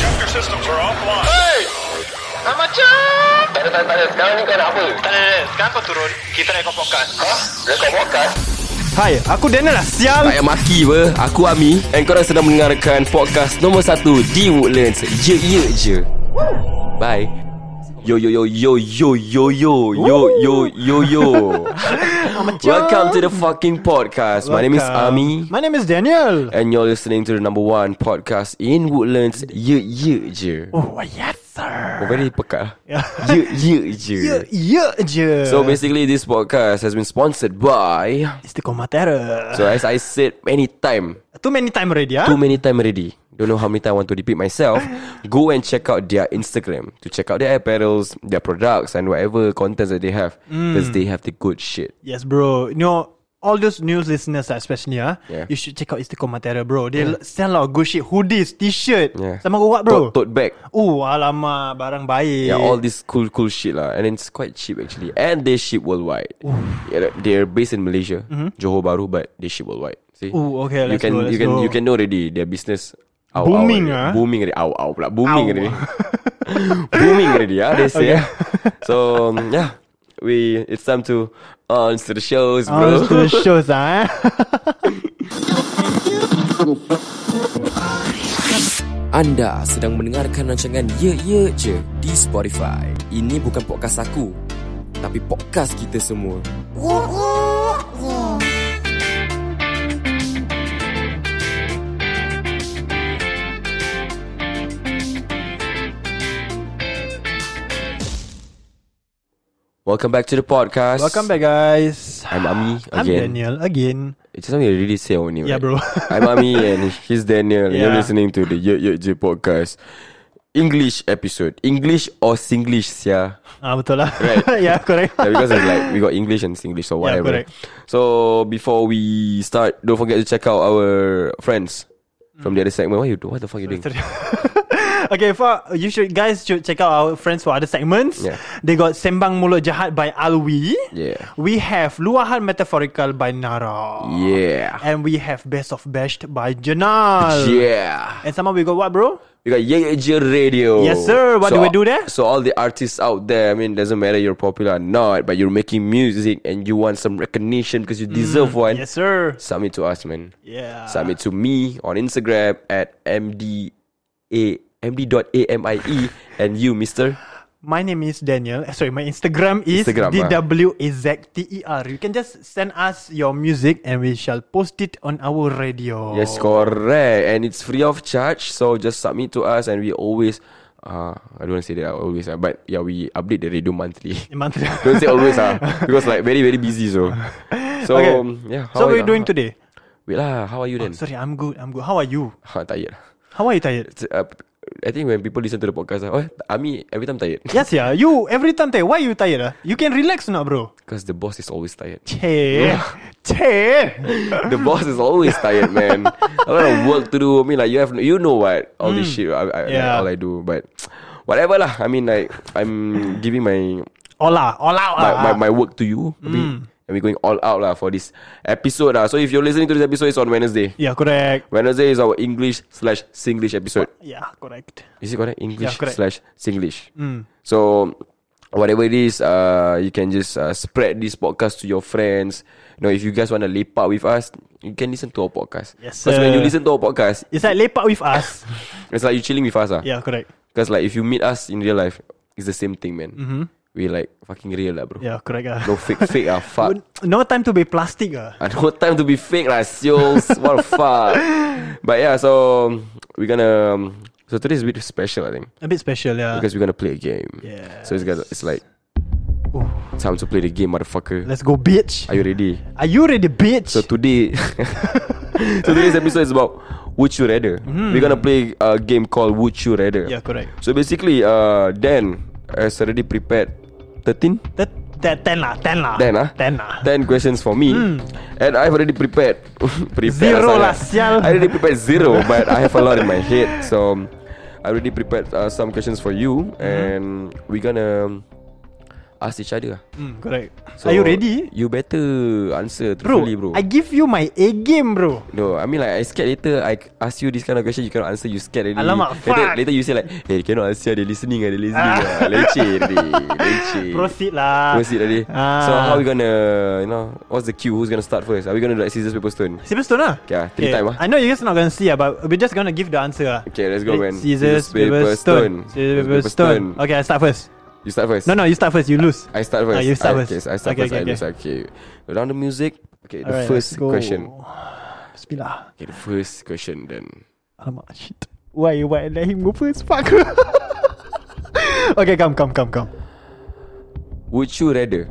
We're offline. Hey! Ah, macam. Tak ada, tak ada, tak ada. Sekarang ni kau nak apa? Tak ada, tak ada. Sekarang kau turun. Kita nak ikut podcast. Ha? Rekod podcast? Hai, aku Daniel lah siang. Tak payah maki apa Aku Ami And korang sedang mendengarkan Podcast nombor 1 Di Woodlands Ye ye je Bye Yo yo yo yo yo yo yo yo yo yo yo Welcome to the fucking podcast My name is Welcome. Ami My name is Daniel. And you're listening to the number one podcast in Woodlands Ye ye je Oh, yes sir. Oh very pekat Ya. ah. Ye ye je Ya, ya je. So basically this podcast has been sponsored by Istiqomah Terror. So as I said many time Too many time already, ah. Too many time already. Don't know how many time I want to repeat myself. Go and check out their Instagram to check out their apparels, their products, and whatever contents that they have. Hmm. Because they have the good shit. Yes, bro. You know, all those new listeners ah, especially, ah, Yeah. you should check out Istiqomah Terror, bro. They sell a lot of good shit. Hoodies, t-shirt. Yeah. Sama kau buat, bro. Tote, tote bag. Oh, alamak. Barang baik. Yeah, all this cool, cool shit lah. And it's quite cheap actually. And they ship worldwide. Yeah, they're based in Malaysia, Johor Bahru, but they ship worldwide. See? Mm-hmm. Ooh, okay, you let's can go, let's you can go. you can know already their business. Ow, ow Booming, already. ah. Booming already. Ow, ow, pula. Booming Ow. already. booming already. Ah, they say. ah. So um, yeah, we it's time to on to the shows, Oh, bro. to the shows, ah. Anda sedang mendengarkan rancangan Ye Ye Je di Spotify. Ini bukan podcast aku, tapi podcast kita semua. Welcome back to the podcast. Welcome back, guys. I'm Ami I'm again. Daniel again. It's something I really say only. Yeah, right? bro. I'm Ami and he's Daniel. and You're Yeah. listening to the Ye Ye Je podcast. English episode. English or Singlish, sia. Ah, betul lah. Right. yeah, correct. Yeah, because it's like we got English and Singlish, so Yeah, whatever. correct. so before we start, don't forget to check out our friends from the other segment. What you do? What the fuck you doing? Okay, for you should guys should check out our friends for other segments. Yeah. They got Sembang Mulut Jahat by Alwi. Yeah. We have Luahan Metaphorical by Nara. Yeah. And we have Best of Best by Janal. Yeah. And somehow we got what, bro? We got Ye Ye Je Radio. Yes, sir. What do we do there? So all the artists out there, I mean, doesn't matter you're popular or not, but you're making music and you want some recognition because you deserve one. Mm, Yes, sir. Submit to us, man. Yeah. Submit to me on Instagram at mda md.amie E, and you, Mister. My name is Daniel. Eh, Sorry, my Instagram is Instagram, ah. DWAZTER. E You can just send us your music and we shall post it on our radio. Yes, correct. And it's free of charge. So just submit to us, and we always. Uh, I don't want to say that uh, always, uh, but yeah, we update the radio monthly. Monthly. don't say always, uh, because like very very busy. So, so Okay. um, yeah. So, what are are you doing today? Wait lah. How are you then? Sorry, I'm good. I'm good. How are you? Ha, tired. How are you tired? It's, uh, I think when people listen to the podcast, uh, oh, Ami every time tired Yes, yeah. You every time tired. Why you tired? Ah, you can relax now, bro. because the boss is always tired. Che, che. the boss is always tired, man. A lot of work to do. I mean, like you have, you know what? All this shit, I, I, Yeah. like, all I do, but whatever lah. I mean, like I'm giving my Hola, hola. my, my, my work to you. We- and we're going all out lah for this episode lah. So if you're listening to this episode, it's on Wednesday. Yeah, correct. Wednesday is our English slash Singlish episode. Yeah, correct. Is it correct? English Yeah, correct. Mm. slash Singlish. So whatever it is, uh, you can just uh, spread this podcast to your friends. You know, if you guys want to lepak with us, you can listen to our podcast. Yes, Because when sir. you listen to our podcast, It's like lepak with us. it's like you chilling with us. ah. yeah, correct. Because like if you meet us in real life, it's the same thing, man. Mm-hmm. We like fucking real lah, bro. Yeah, correct. Ah. No fake, fake ah, fuck. No time to be plastic. Ah. Ah, no time to be fake lah, seals. what the fuck. But yeah, so we're gonna. um, So today is a bit special, I think, A bit special, yeah. because we're gonna play a game. Yes. So it's got it's like Ooh. time to play the game, motherfucker. Let's go, bitch. Are you ready? Are you ready, bitch? So today, so today's episode is about would you rather. We're gonna play a game called Would You Rather. Hmm. yeah, correct. So basically, uh, Dan has already prepared 13, That, that ten lah, ten lah. 10 ah, ten lah. 10 questions for me, and I've already prepared, prepared Hmm. Zero sangat. lah, sial. I already prepared zero, but I have a lot in my head, so um, Mm-hmm. I already prepared uh, some questions for you, and we're gonna ask each other lah. Hmm, correct. So, Are you ready? You better answer Bro, truthfully bro. I give you my A game, bro. No, I mean like I scared later I ask you this kind of question you cannot answer you scared already. Alamak, later, fuck. later you say like, hey cannot answer they listening ah, they listening ah. Leceh tadi, leceh. Proceed lah. Proceed tadi. Ah. So how we gonna, you know, what's the cue? Who's gonna start first? Are we gonna do like scissors paper stone? Simple stone lah. Okay, ah, three time ah. I know you guys not gonna see ah, but we're just gonna give the answer ah. Okay, let's go, man. Scissors, paper, stone. Scissors, paper, stone. Okay, I start first. You start first. No, no, you start first. You lose. I start Ah, first. you start I, first. Okay, so I start Okay, first. okay, I lose. Okay. Around the music. Okay, the Alright, first let's go. question. Bismillah. Okay, the first question then. Alamak, shit. Why, why I let him go first? Fuck. okay, come, come, come, come. Would you rather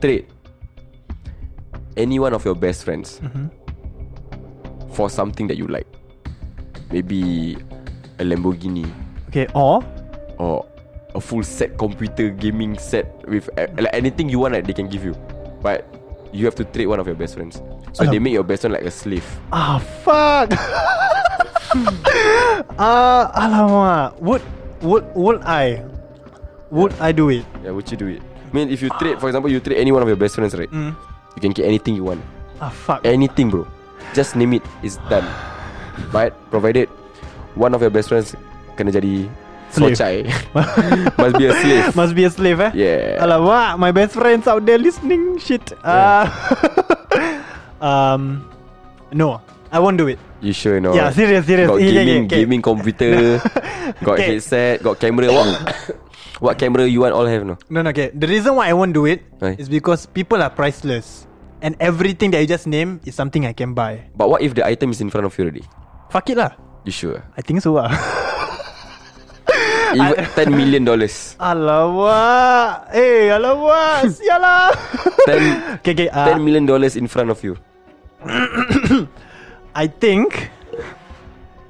trade any one of your best friends for something that you like? Maybe a Lamborghini Okay, or or a full set computer gaming set with a- like anything you want like, they can give you. But you have to trade one of your best friends. So they Alam. make your best friend like a slave. ah fuck. Ah, alamak. Would would would I? Would I do it? Yeah, would you do it? I mean, if you trade, for example, you trade any one of your best friends, right? You can get anything you want. Ah fuck. Anything, bro. Just name it. It's done. But provided one of your best friends kena jadi Slave. socai. Must be a slave. Must be a slave eh Yeah. Alamak My best friends out there listening Shit uh, um, No I won't do it You sure not? Yeah, serious, serious. Got Yeah, yeah, gaming, yeah, okay. gaming computer. got Okay. headset, got camera. What, what camera you want? All have no. No no okay The reason why I won't do it is Why? because people are priceless And everything that you just name Is something I can buy But what if the item is in front of you already? Fuck it lah You sure? I think so lah Even ten million dollars. Alamak Eh alamak Sialah Ten- Okay okay uh, Ten million dollars in front of you. I think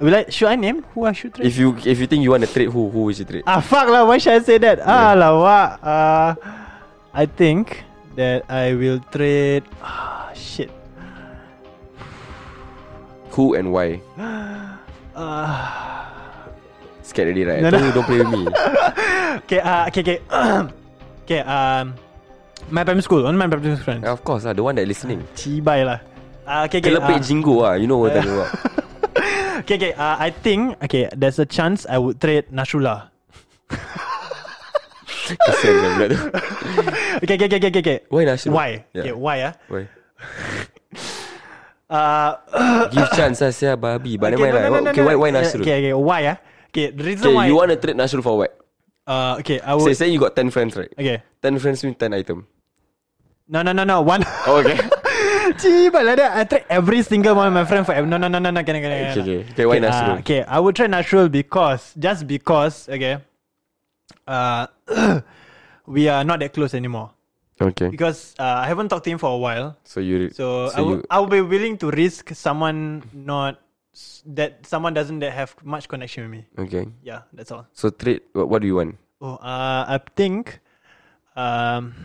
Will I, should I name who I should trade? If you if you think you want to trade, who who would you trade? Ah fuck lah Why should I say that Ah lah what uh, I think That I will trade Ah shit Who and why? Scared already, right? Uh. No, No, no. no. Don't play with me. Okay uh, Okay okay Okay um My primary school One of my primary school friends yeah, of course, lah, the one that listening. Cibai lah Ah okay okay Kelepek ah. jingo ah, you know what I'm talking about. Okay okay uh, I think Okay there's a chance I would trade Nasrullah Kesian kan budak tu. Okay okay okay okay, okay, okay. Why Nasrullah? Why Yeah. okay, Why ah Why? uh, Give chance lah, saya babi. But okay, nevermind lah. okay, why, why Nasrul? Okay Okay, okay why ah Okay the reason why you want to trade Nasrul for what? uh, Okay I Say, would say you got 10 friends, right? Okay 10 friends mean 10 item. No no no no One Oh, okay. Cibat lah dah I try every single one of my friend for No no no no no Kena kena kena Okay, okay. Okay, why Nasrul? ah, Okay I would try Nasrul because Just because Okay uh, We are not that close anymore okay. Because uh, I haven't talked to him for a while So you... So, I you, would I would be willing to risk someone not s- That someone doesn't that have much connection with me Okay. Yeah that's all So trade, what, what do you want? Oh uh, I think um,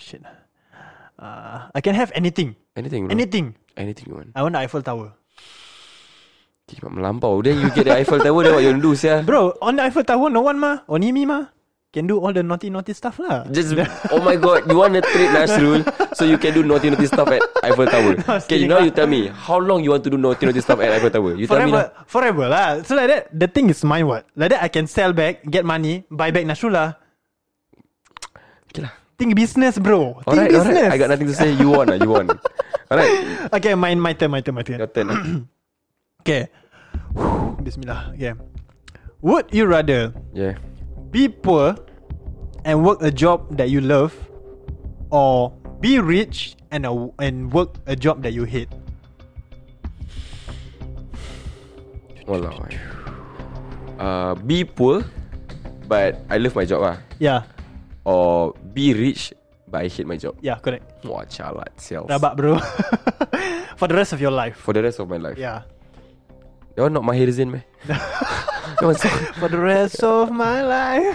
Shit uh, I can have anything Anything, bro. Anything Anything you want. I want the Eiffel Tower Okay, mak melampau. Then you get the Eiffel Tower, then what you want to do, sia? Bro, on the Eiffel Tower, no one ma. Only me ma. Can do all the naughty naughty stuff lah. Just oh my god, you want to trade Nasrul so you can do naughty naughty stuff at Eiffel Tower. okay, kidding. now you tell me how long you want to do naughty naughty stuff at Eiffel Tower. You tell me forever, now. forever lah. So like that, the thing is mine what. Like that, I can sell back, get money, buy back Nasrullah. Okay lah. Think business, bro. Think Alright, business. alright. I got nothing to say. You want, ah, you want. Alright, Okay, my my turn, my turn, my turn. your turn. ah. Okay. Bismillah. Okay. Would you rather yeah. be poor and work a job that you love, or be rich and a, and work a job that you hate? Walao. eh. Uh, be poor, but I love my job ah. Yeah, Or be rich, but I hate my job. yeah, correct. Wah, calat sial. Rabak bro For the rest of your life For the rest of my life. Yeah That one not Mahir Zain meh? That one so- For the rest of my life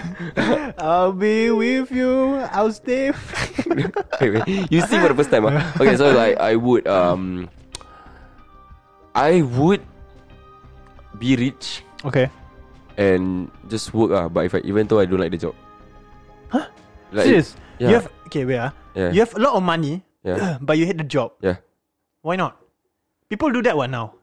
I'll be with you I'll stay wait, wait. You see for the first time, ah. Okay, so like I would um, I would be rich Okay and just work ah. But if I, even though I don't like the job, huh? Like, Serious? yeah. You have okay, wait ah. Yeah. You have a lot of money, Yeah. but you hate the job. yeah, Why not? People do that one now.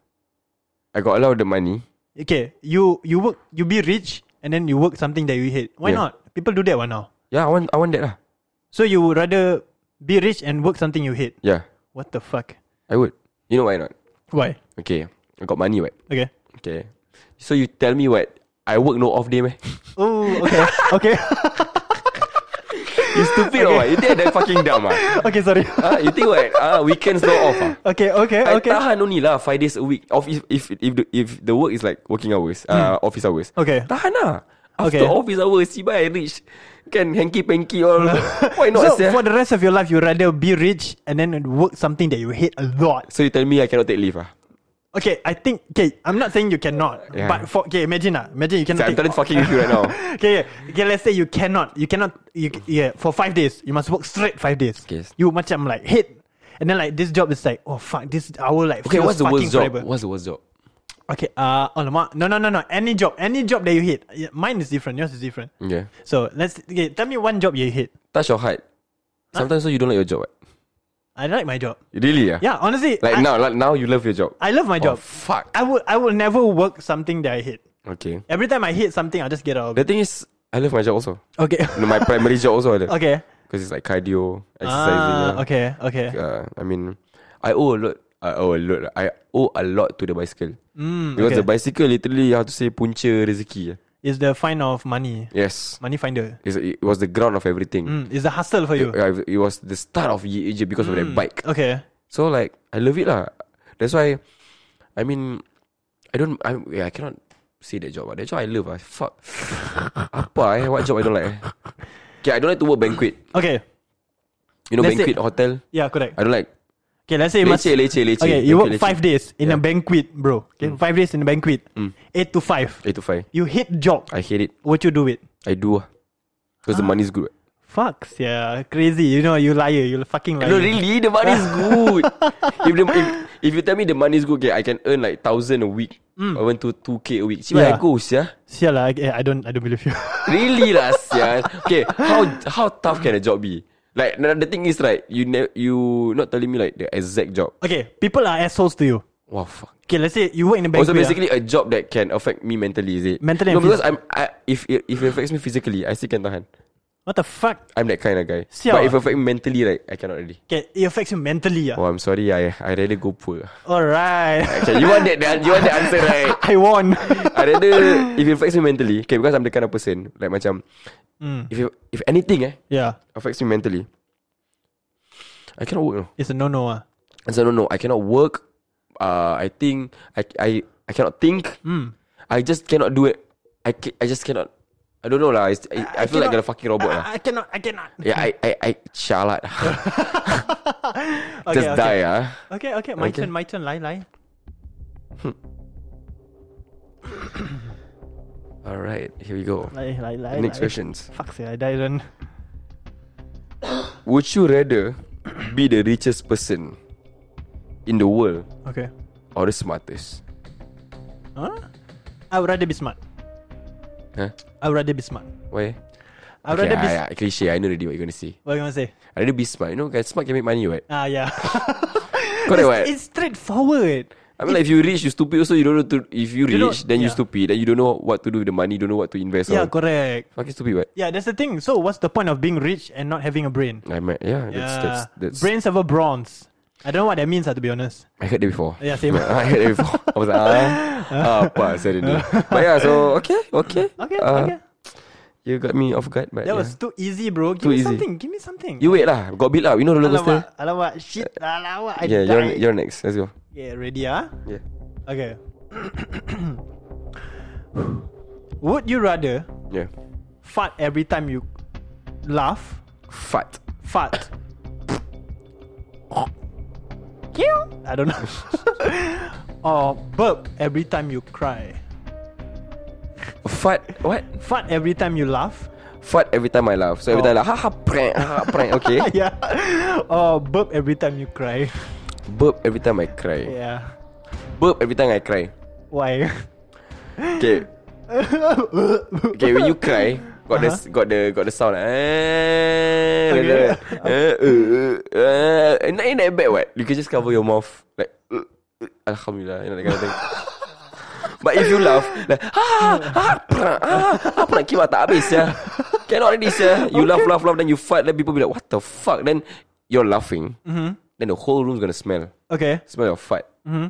I got a lot of the money. Okay, you you work, you be rich, and then you work something that you hate. Why Yeah. not? People do that one now. Yeah, I want, I want that ah. lah. So you would rather be rich and work something you hate. Yeah, What the fuck? I would. You know why not? Why? Okay, I got money, right? Okay. Okay, so you tell me what? I work no off day, meh? Oh, okay, okay, You stupid or what? You think I that fucking dumb ah? okay. Sorry. Ah, you think what? Ah, weekends no off ah? okay, okay, I okay, tahan only lah Five days a week Of if if if the, if the work is like working hours, uh, office hours. Hmm. okay. Tahan lah. Okay. After office hours, si I reach can hanky panky all. Why not? so sia? for the rest of your life, you rather be rich and then work something that you hate a lot. so you tell me I cannot take leave ah? Okay, I think. Okay, I'm not saying you cannot, Yeah. but for okay, imagine ah, imagine you So cannot. I'm take, telling fucking with you right now. okay, yeah. okay, let's say you cannot, you cannot, you yeah, for five days, you must work straight five days. Yes. You much I'm like hate, and then like this job is like oh fuck this hour like Okay, feels what's the fucking worst job? forever. What's the worst job? Okay, uh, alamak. no no no no any job any job that you hate. Yeah, Mine is different, yours is different. Yeah, So let's okay, tell me one job you hate. touch your heart. Sometimes so you don't like your job. Right? I like my job. Really ah? Yeah, honestly, Like I, now, like now you love your job. I love my Oh, job. fuck. I will I will never work something that I hate. Okay. Every time I hate something, I just get out of The it. thing is, I love my job also. Okay. My primary job also. Okay. okay. Because it's like cardio, exercising. Ah, yeah. okay. Okay. uh, I mean, I owe a lot. I owe a lot. I owe a lot to the bicycle Mm, because okay. the bicycle literally how to say punca rezeki. It's the find of money, Yes, money finder. it's, it was the ground of everything. Mm, it's the hustle for you. Yeah, It, was the start of Ye Asia because Mm. of that bike. Okay. So like, I love it lah. That's why, I mean, I don't. I yeah, I cannot say that job. ah. That job I love. Ah, fuck. Apa? Eh? What job I don't like? eh? Okay, I don't like to work banquet. Okay. You know, Let's say- banquet hotel. Yeah, correct. I don't like. Okay, let's say you must. Leceh, leceh, leceh. Okay, you work Banquet, five leceh. days in a Yeah. Mm. banquet, bro. Okay, five days in a banquet, eight to five. Eight to five. You hate job. I hate it. Would you do it? I do ah. Because the money is good. Fucks, yeah, crazy. You know, you liar. You fucking liar. No, really, the money is good. if, the, if, if you tell me the money is good, okay, I can earn like thousand a week. I went to two k a week. See Mm. where Yeah. I go, yeah. Sial lah, I, I don't, I don't believe you. Really lah, sia. Okay, how how tough can a job be? Like the, the thing is, like you ne- you not telling me like the exact job. okay, people are assholes to you. Wow, fuck. Okay, let's say you work in a Oh, banquet. so ah. basically a job that can affect me mentally, is it? Mentally No, and because I'm I, if it, if it affects me physically, I still can tahan. what the fuck? I'm that kind of guy. Sial But if ah. it affect me mentally, like I cannot really. Okay, it affects you mentally. Yeah. Oh, I'm sorry. I I rather go poor. Alright. Okay, you want that, that you want the answer right? I won. I rather if it affects me mentally, okay, because I'm the kind of person like macam Mm. if it, if anything eh yeah, affects me mentally, I cannot work. No. it's a no-no. Ah. And so no, no, I cannot work. Uh, I think I I I cannot think. Mm. I just cannot do it. I ca- I just cannot. I don't know lah. It's- I, I, feel like cannot- a fucking robot lah. I, I cannot. I cannot. Yeah, I I I shalat. Okay, just okay. die ah. Okay, okay. My Okay. turn. My turn. Lie, lie. All right, here we go. Lie, lie, lie. Next lie. questions. Fuck, yeah, I died. Then. Would you rather be the richest person in the world Okay. or the smartest? Huh? I would rather be smart. Huh? I would rather be smart. Why? I would Okay, rather be. I, I, cliche. I know already what you're gonna say. What you gonna say? I rather be smart. You know, guys, smart can make money, right? Ah, yeah. Correct, it's, what? it's straightforward. I mean, like, if you rich, you stupid. Also, you don't know to. If you You know- rich, then you yeah. stupid. Then you don't know what to do with the money. Don't know what to invest. Yeah, on. correct. Fucking stupid, right? Yeah, that's the thing. So, what's the point of being rich and not having a brain? I mean, yeah, Yeah, that's that's that's. brains over bronze. I don't know what that means. ah, To be honest. I heard that before. Yeah, same. I heard that before. I was like, ah, apa saya ni? But yeah, so okay, okay, Okay, Uh, okay. You got me off guard, but That yeah. was too easy, bro. Give Too me easy. something. Give me something. You wait lah. Got build up. You know roller coaster. Alamak, alamak, shit, alamak, I Yeah, you're died. you're next. Let's go. Okay, ready ah? Yeah. Okay. Would you rather Yeah. fart every time you laugh? Fat. Fart. Kill? I don't know. or burp every time you cry. Fat. What? Fart every time you laugh. Fat every time I laugh. So every Oh. time I like, ha ha prank, ha ha prank. Okay. yeah. or burp every time you cry. Burp every time I cry. Yeah. Burp every time I cry. Why? Okay. Okay, when you cry, got the got the got the sound. Like, eh, like Okay. that. Eh, eh, eh, eh. Not in that bad. What you can just cover your mouth like eh, eh, Alhamdulillah, you know that kind of thing. But if you laugh, like ah ah perang, ah apa nak kibat tak habis ya. Cannot already ya. You laugh laugh laugh then you fart then people be like what the fuck then you're laughing. Then the whole room's gonna smell Okay. smell your fart.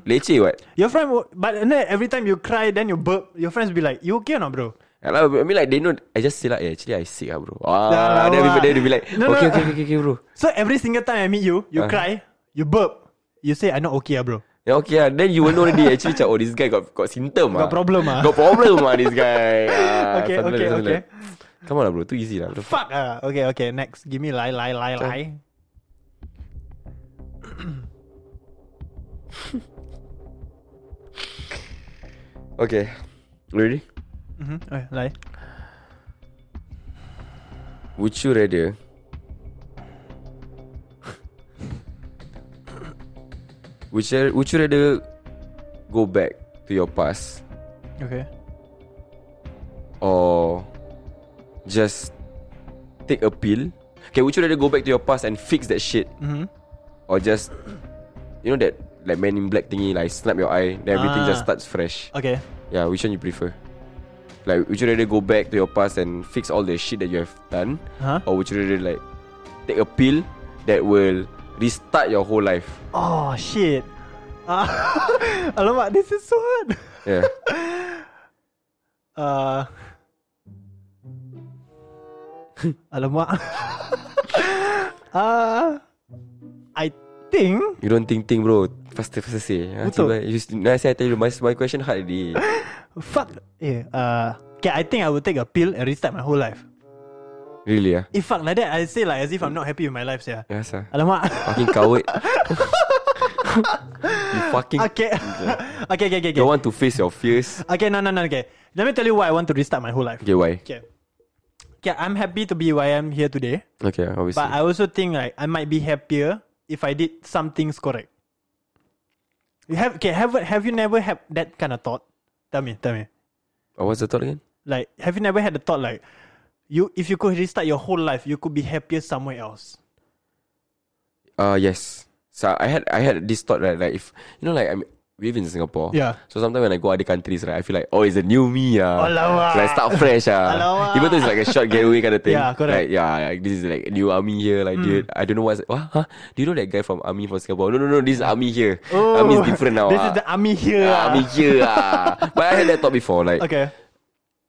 Leceh what? Your friend, wo- but and then every time you cry, then you burp, your friends be like, you okay or not, bro? And I, I mean like they know I just say like yeah, actually I sick ah bro. Ah, Dah then lawak. people then they be like No, no, okay, no. okay okay okay bro. So every single time I meet you, you Uh. cry, you burp, you say, I not okay, ah, bro. Yeah, okay ah. Then you will know already actually macam oh this guy got got symptom ah. Got problem ah. Got problem ah this guy. Ah, Okay, something okay, like- something okay. like. Come on lah bro, too easy lah bro. Fuck ah. Okay, okay. Next, give me lie, lie, lie, lie. Okay. Ready? Mm-hmm. Okay, lie. Would you rather Would you, would you rather go back to your past Okay. or just take a pill? Okay, would you rather go back to your past and fix that shit, Mm-hmm. or just you know that like Man in Black thingy, like snap your eye, then everything Ah. just starts fresh. Okay. Yeah, which one you prefer? Like, would you rather go back to your past and fix all the shit that you have done, Huh? or would you rather like take a pill that will restart your whole life? Oh shit. Ah, alamak, this is so hard. Yeah, Uh, alamak. uh, I think you don't think think, bro. Faster, faster say. Ah, Betul. tiba- You, now I say I tell you my my question hard already. fuck. Eh, uh, okay, I think I will take a pill and restart my whole life. really ah? If fuck like that, I say like as if I'm not happy with my life, yeah. Yeah, sir. Alamak. Fucking coward You fucking Okay. okay, okay, okay, okay. Don't want to face your fears Okay, no, no, no, okay. Let me tell you why I want to restart my whole life. Okay why Okay. Okay, I'm happy to be who I am here today. Okay obviously But I also think like I might be happier if I did some things correct. You have okay, have have you never had that kind of thought? Tell me, tell me. oh, What's the thought again Like, have you never had the thought like you if you could restart your whole life, you could be happier somewhere else? Uh yes So I had I had this thought right Like if You know like I'm we live in Singapore Yeah. So sometimes when I go other countries right I feel like Oh it's a new me ah. Alamak. Like start fresh ah. Alamak. Even though it's like a short getaway kind of thing Yeah, correct. Hmm. Like yeah like, This is like new army here Like dude I don't know what's what, huh? Do you know that guy from army from Singapore No no no This is army here Army is different now Oh. This ah. is the army here. Ah, Army ah. here ah. But I had that thought before Like Okay.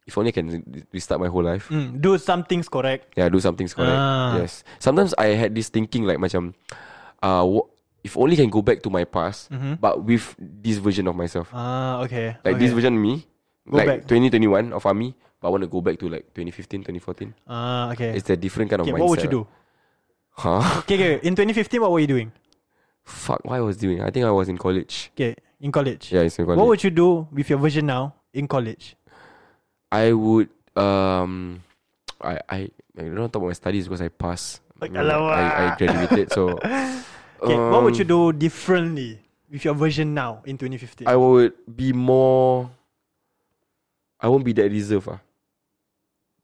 if only I can re- restart my whole life. Mm, do some things correct. Yeah, do something correct. Ah. Yes. Sometimes I had this thinking like macam, uh, wha- if only can go back to my past, but with this version of myself, Mm-hmm. Ah, okay. okay. like this version of me, Go back. like 2021 of army, but I want to go back to like 2015, 2014. Ah, okay. It's a different kind of okay, mindset. what would you do? Huh? Okay, okay. In 2015, what were you doing? Fuck, what I was doing? I think I was in college. Okay, in college. Yeah, it's in college. What would you do with your version now in college? I would um I I I don't want to talk about my studies because I passed. Like, I, I graduated, so um, Okay, what would you do differently with your version now in 2015? I would be more. I won't be that reserved. Ah.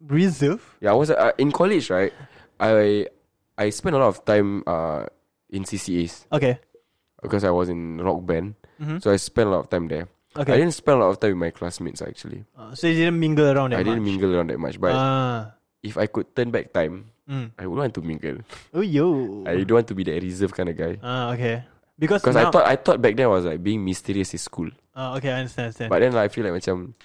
Reserve? Yeah, I was uh, in college, right? I I spent a lot of time uh in CCAs Okay, because I was in rock band, so I spent a lot of time there. I Mm-hmm. okay. didn't spend a lot of time with my classmates actually. Uh, so you didn't mingle around that I didn't much. mingle around that much. But Ah, if I could turn back time, mm. I would want to mingle. Oh, yo. I don't want to be that reserved kind of guy. ah, okay. Because Because now, I thought I thought back then I was like being mysterious is cool. Ah, okay, I understand, understand. But then like, I feel like macam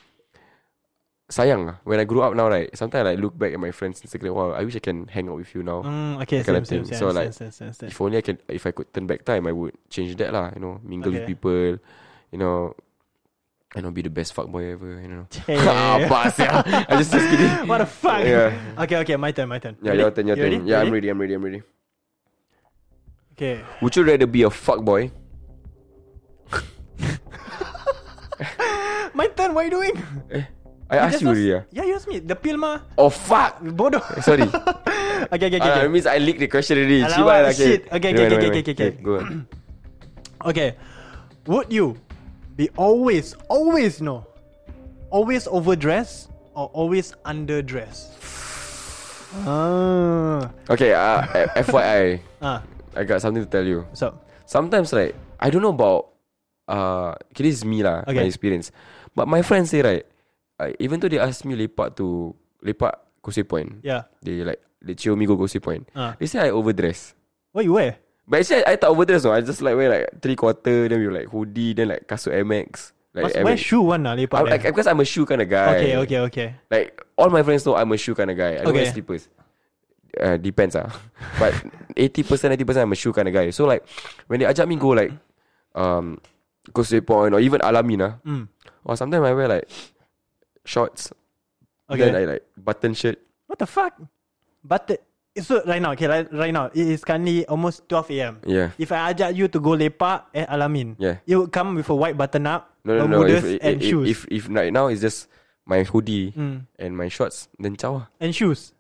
sayang lah. When I grew up now, right? Sometimes I like look back at my friends Instagram. Wow, I wish I can hang out with you now. mm, okay, that kind same, of same, same. thing. So, understand, like, understand, understand. If only I can, if I could turn back time, I would change that lah. You know, mingle with Okay. people. You know, I know be the best fuckboy ever. You know. Hey. Apa sia? I just just kidding. what the fuck? Yeah. Okay, okay, my turn, my turn. Yeah, Ready? your turn, your You turn. ready? Yeah, Ready? I'm ready, I'm ready, I'm ready. Okay. Would you rather be a fuckboy? My turn, what are you doing? I asked Just ask- you already. ah. Yeah, you asked me. The pill mah. Oh fuck! Bodoh. Sorry. Okay, okay, okay. Ah, okay. That means I leaked the question already. Alamak, Cibai lah, shit. Okay, okay, Anyway, okay, anyway, okay, okay, okay. Go on. Okay. Would you be always, always know always overdress or always underdress? Ah, Okay, uh, F- FYI, ah, I got something to tell you. so Sometimes, like, I don't know about, uh, okay, this is me lah, Okay. my experience. But my friends say, right, uh, even though they ask me lepak to, lepak Kose Point, yeah. they like, they chill me go Kose Point. Ah, They say I overdress. what you wear? But actually, I, I tak overdress no. I just like wear like three quarter, then we like hoodie, then like kasut MX. Like Must wear MX. shoe one lah lepak. I'm, there. like, because I'm a shoe kind of guy. Okay, okay, okay. Like all my friends know I'm a shoe kind of guy. I don't Okay. wear slippers. Uh, depends ah. But 80% 90% I'm a shoe kind of guy. So like when they ajak me go like um Causeway Point or even Alamina Mm. or sometimes I wear like shorts. Okay. Then I like button shirt. what the fuck? But the, so right now, okay, right, right now it is currently almost 12 a.m. Yeah. If I ajak you to go lepak at Alamin, Yeah. you would come with a white button up, No no no. bermudas If, if, and if, shoes if if right now it's just my hoodie Mm. and my shorts then ciao. ah. and shoes.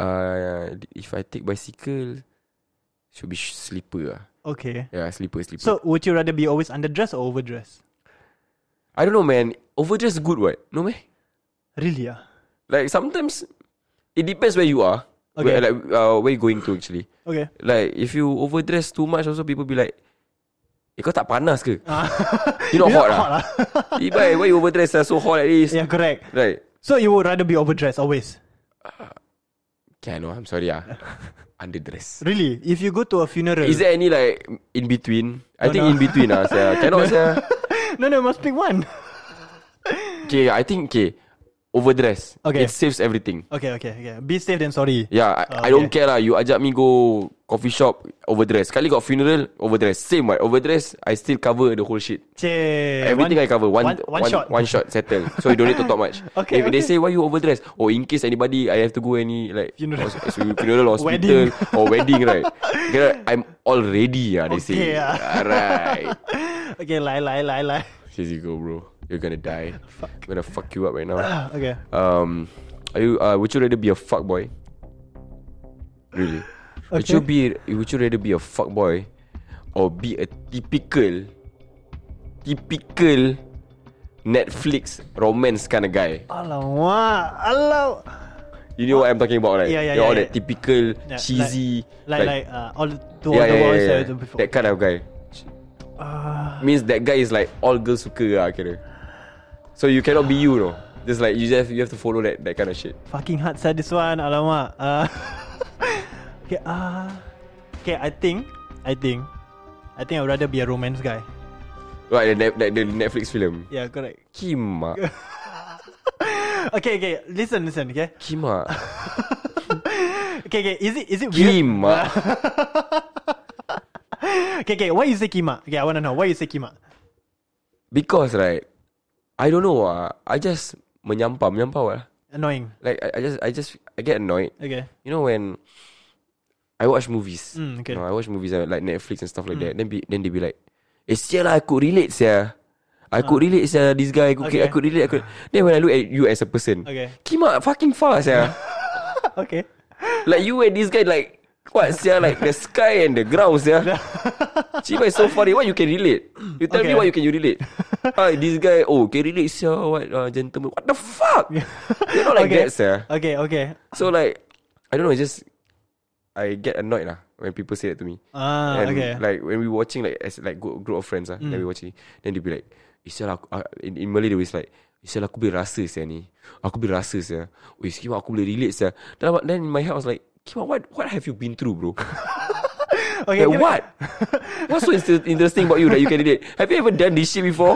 Uh, if I take bicycle should be sh- slipper ah. Okay. Yeah, slipper slipper. So would you rather be always underdressed or overdressed? I don't know man. Overdress good what? No meh? Really? Ah. Like sometimes it depends where you are. Okay. Where, like uh, where you going to actually. Okay. Like if you overdress too much also people be like Eh kau tak panas ke? Ah. You not You're hot ah? not lah hot lah. Eh bye, why you overdress lah so hot like this? yeah, correct. Like So you would rather be overdressed always? Okay I know I'm sorry ah Underdress Really? If you go to a funeral, Is there any like In between? I No, think no. in between ah saya Cannot saya no, no, must pick one. Okay I think okay Overdress Okay. It saves everything Okay, okay, okay. Be safe than sorry. Yeah, I, Ah, I don't okay. care lah. You ajak me go coffee shop, overdress. Kali got funeral, overdress. Same what? Overdress, I still cover the whole shit. Che, Everything I cover. One, one shot. One shot settle. So you don't need to talk much. Okay, If they okay. say why you overdress, or in case anybody, I have to go any like Funeral. hos- so funeral hospital Wedding. or wedding, right? Okay, right? I'm already. Ah, they Okay, say. ah. Alright. Okay, lie, lie, lie, lie. Here you go, bro. You're gonna die. I'm gonna fuck you up right now. Okay. Um, are you? Uh, would you rather be a fuck boy? Really? Would you be? Would you rather be a fuck boy, or be a typical, typical Netflix romance kind of guy? Alamak, alaw. You know what I'm talking about, right? Yeah, yeah, yeah, You're all yeah. that typical Yeah, cheesy, Ya, Like, like, uh, all to all yeah, the yeah, world yeah, yeah, yeah. before. that kind of guy. Ah, Means that guy is like all girls suka lah kira. So you cannot be you, no. Just like you just you have to follow that that kind of shit. fucking hard side this one, alamak. Uh, okay, ah. okay, I think, I think, I think I'd rather be a romance guy. Right, the, Net- the, the Netflix film. Yeah, correct. Kima. Okay, okay, listen, listen, okay. Kima. Okay, okay, is it, is it weird? Kima. Okay, okay, why you say kima? Okay, I wanna know, why you say kima? Because right, I don't know ah. I just menyampah, menyampah what? ah? Annoying. Like I, I just, I just, I get annoyed. Okay. You know when I watch movies. Mm, okay. Mm. You know, I watch movies uh, like Netflix and stuff like that. Then, be, then they be like, "Eh, sia lah, I could relate sia. I could relate sia this guy. I could, Ah. Okay. Ah. I could relate. I could." Then when I look at you as a person, Okay. Kima fucking far sia. Okay. like you and this guy like what sia like the sky and the ground sia. Chiba is so funny. What you can relate? You tell Okay. me what you can you relate? Ah, this guy oh can relate sia what uh, gentleman. What the fuck? You're not like Okay. that sia. Okay, okay. So like I don't know. it's Just I get annoyed lah when people say that to me. Ah, and okay. like when we watching like as like group, group of friends ah, then we watching, then they be like, "Isal aku ah," in, in Malay they was like, "Isal aku boleh rasa sia ni, aku boleh rasa sia, wih kima aku boleh relate sia." Then, then in my head I was like, "Kima what what have you been through, bro? okay, like can I- what? What's so inter- interesting about you that you can relate? Have you ever done this shit before?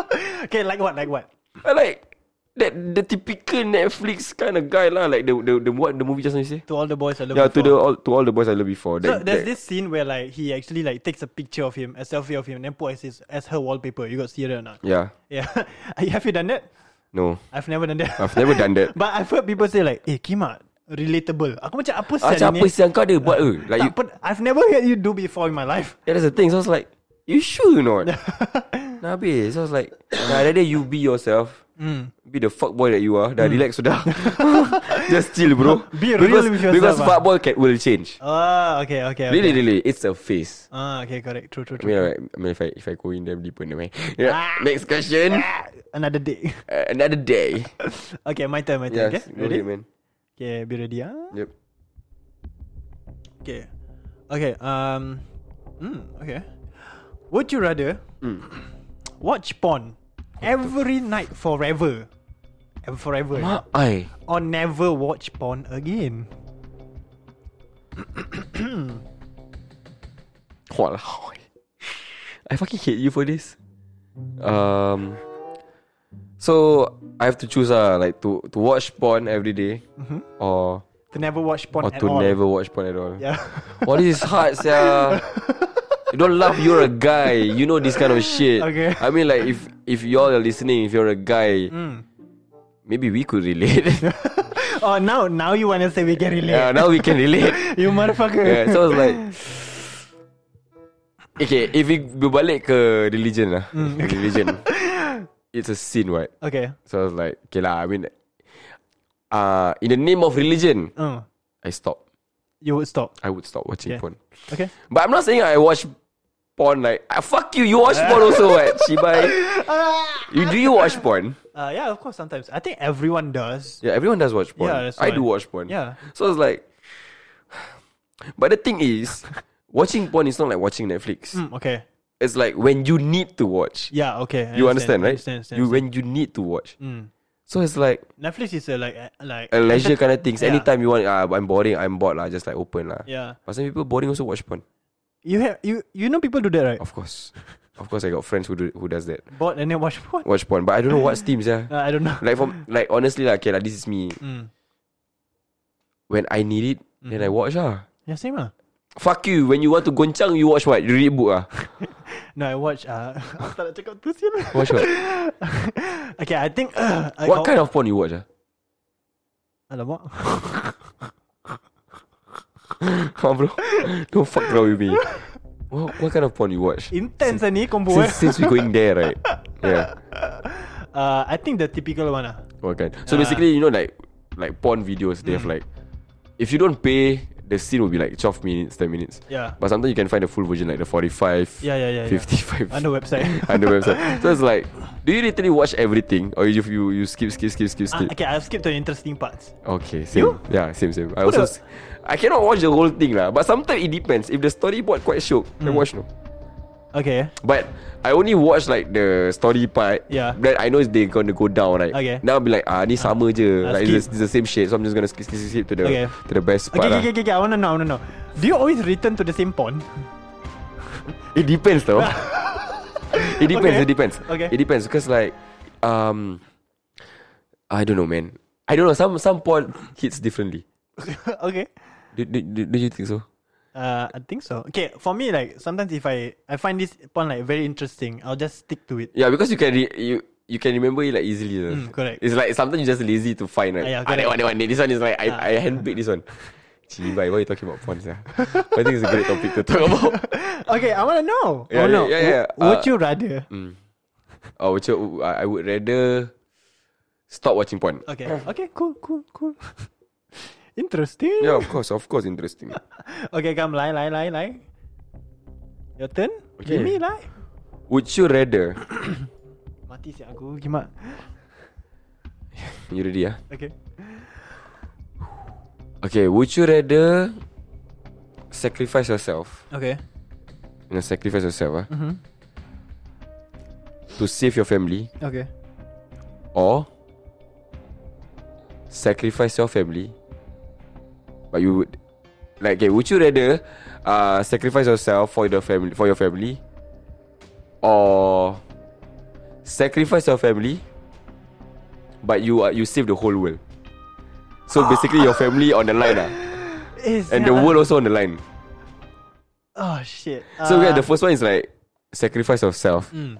Okay, like what? Like what? I like that the typical Netflix kind of guy lah, like the the the what the movie just now you say." To all the boys I love. Yeah, to the before. all to all the boys I loved before. So That, there's that- this scene where like he actually like takes a picture of him, a selfie of him, and then puts his as her wallpaper. You got see it or not? Yeah, Yeah. Have you done that? no, I've never done that. I've never done that. But I've heard people say like, "Eh, Kima, relatable." Aku macam apa sih Macam ni? apa siang kau ada buat ke? Like you, Tak, pern- I've never heard you do before in my life. Yeah, that's the thing. So I was like, you sure or not? nah, habis. So I was like, nah, rather you be yourself. Mm. Be the fuck boy that you are. Dah relax sudah. Just chill, bro. Be real because, with yourself, Because ah. fuck boy can, will change. Ah, okay, okay. okay. Really, really, it's a phase. Ah, okay, correct. True, true, I mean, true. like, I mean if I if I go in them deeper, anyway. Yeah. Next question. another day. Uh, another day. okay, my turn, my turn. Yes, okay, go ready? ahead, man. Okay, be ready. Ah. Yep. Okay. Okay. Um. Hmm. Okay. Would you rather Hmm. watch porn every night forever, and forever, Mak I. or never watch porn again? Walao. I fucking hate you for this. Um. So I have to choose ah, like to to watch porn every day, or To never watch Mm-hmm. porn or at to all. never watch porn at all. Yeah. What is hard, sia? You don't laugh. You're a guy. You know this kind of shit. Okay. I mean, like if if y'all are listening, if you're a guy, Mm. maybe we could relate. oh, now now you wanna say we can relate? yeah, now we can relate. you motherfucker. Yeah, so I was like Okay, if we berbalik ke religion lah Hmm. Religion It's a sin, right? okay. So I was like, okay lah, I mean uh, In the name of religion Uh, I stop you would stop. I would stop Okay. watching porn Okay. But I'm not saying I watch porn like ah, Fuck you, you watch porn also, right? Shibai you, Do you watch porn? Uh, yeah, of course. Sometimes I think everyone does. Yeah, everyone does watch porn. Yeah, that's I why. do watch porn. Yeah. So I was like But the thing is Watching porn is not like watching Netflix Hmm, okay. It's like when you need to watch. Yeah. Okay. I you understand, right? Understand, understand, you when you need to watch. Mm. So it's like Netflix is a, like a, like a leisure kind of things. Yeah. Anytime you want, ah, I'm boring, I'm bored lah. Just like open lah. Yeah. But some people boring also watch porn. You have you you know people do that right? Of course, of course, I got friends who do, who does that. Bought and then watch what? Watch porn, but I don't know what steams yeah. Uh, I don't know. Like from like honestly like okay lah, this is me. Mm. When I need it, then Mm-hmm. I watch ah. Yeah, same ah. Fuck you. When you want to goncang, you watch what? You read book ah. No, I watch. Uh, aku tak nak cakap tu sial. Watch what? okay, I think. Uh, I what kind of porn you watch ah? Alamak. Come on, Oh, bro, don't fuck around with me. What what kind of porn you watch? Intense ah ni combo eh. since, since we going there, right? Yeah. Uh, I think the typical one ah. Hmm. Okay. So basically, you know, like like porn videos, they have like, if you don't pay, the scene will be like 12 minutes, 10 minutes. Yeah. But sometimes you can find the full version, like the 45, Yeah, yeah, yeah, yeah. 55. On the website. on the website. So it's like, do you literally watch everything, or you you you skip, skip, skip, skip, Ah, skip? okay, I'll skip to the interesting parts. Okay, same. You? Yeah, same, same. I also, the- s- I cannot watch the whole thing lah. But sometimes it depends. If the storyboard quite show, I Hmm. watch no. Okay. eh. But I only watch like the story part. Yeah. Then I know they gonna go down right. Okay. Now I'll be like ah ni sama je. Ah, like it's, skip. the- it's the same shit. So I'm just gonna skip skip, skip, skip to the Okay. to the best Okay, part ah. okay, okay, lah. okay, okay, I wanna know, I wanna know. Do you always return to the same pawn? It depends though. it depends. Okay. It depends. Okay. It depends because like um I don't know man. I don't know. Some some porn hits differently. okay. Do, do, do, do you think so? Uh, I think so. Okay, for me, like sometimes if I I find this pawn like very interesting, I'll just stick to it. Yeah, because you can re- you you can remember it like easily. lah. Mm, correct. It's like sometimes you're just lazy to find right. Ah, yeah, ah, that correct. Ah. one, that one. This one is like I I handpicked this one. Chibai, why you talking about porn? Yeah? I think it's a great topic to talk about. Okay, I wanna know. Yeah, oh no. yeah, yeah, yeah. Wo- Would Uh, you rather? Oh, which you, I I would rather stop watching porn. Okay. Okay, cool, cool, cool. Interesting. Yeah, of course, of course, interesting. Okay, come, lie, lie, lie, lie. Your turn. Okay. Give me lie. Would you rather? Mati siap aku, kimak. You ready? Yeah. Okay. Okay. Would you rather sacrifice yourself? Okay. You know, sacrifice yourself. Ah, Mm-hmm. To save your family, Okay. or sacrifice your family, but you would like okay, would you rather uh, sacrifice yourself for your family for your family, or sacrifice your family, but you uh, you save the whole world. So basically, your family on the line, ah, Is and the world also on the line. Eh, Oh shit. So yeah, Uh, the first one is like sacrifice yourself Mm.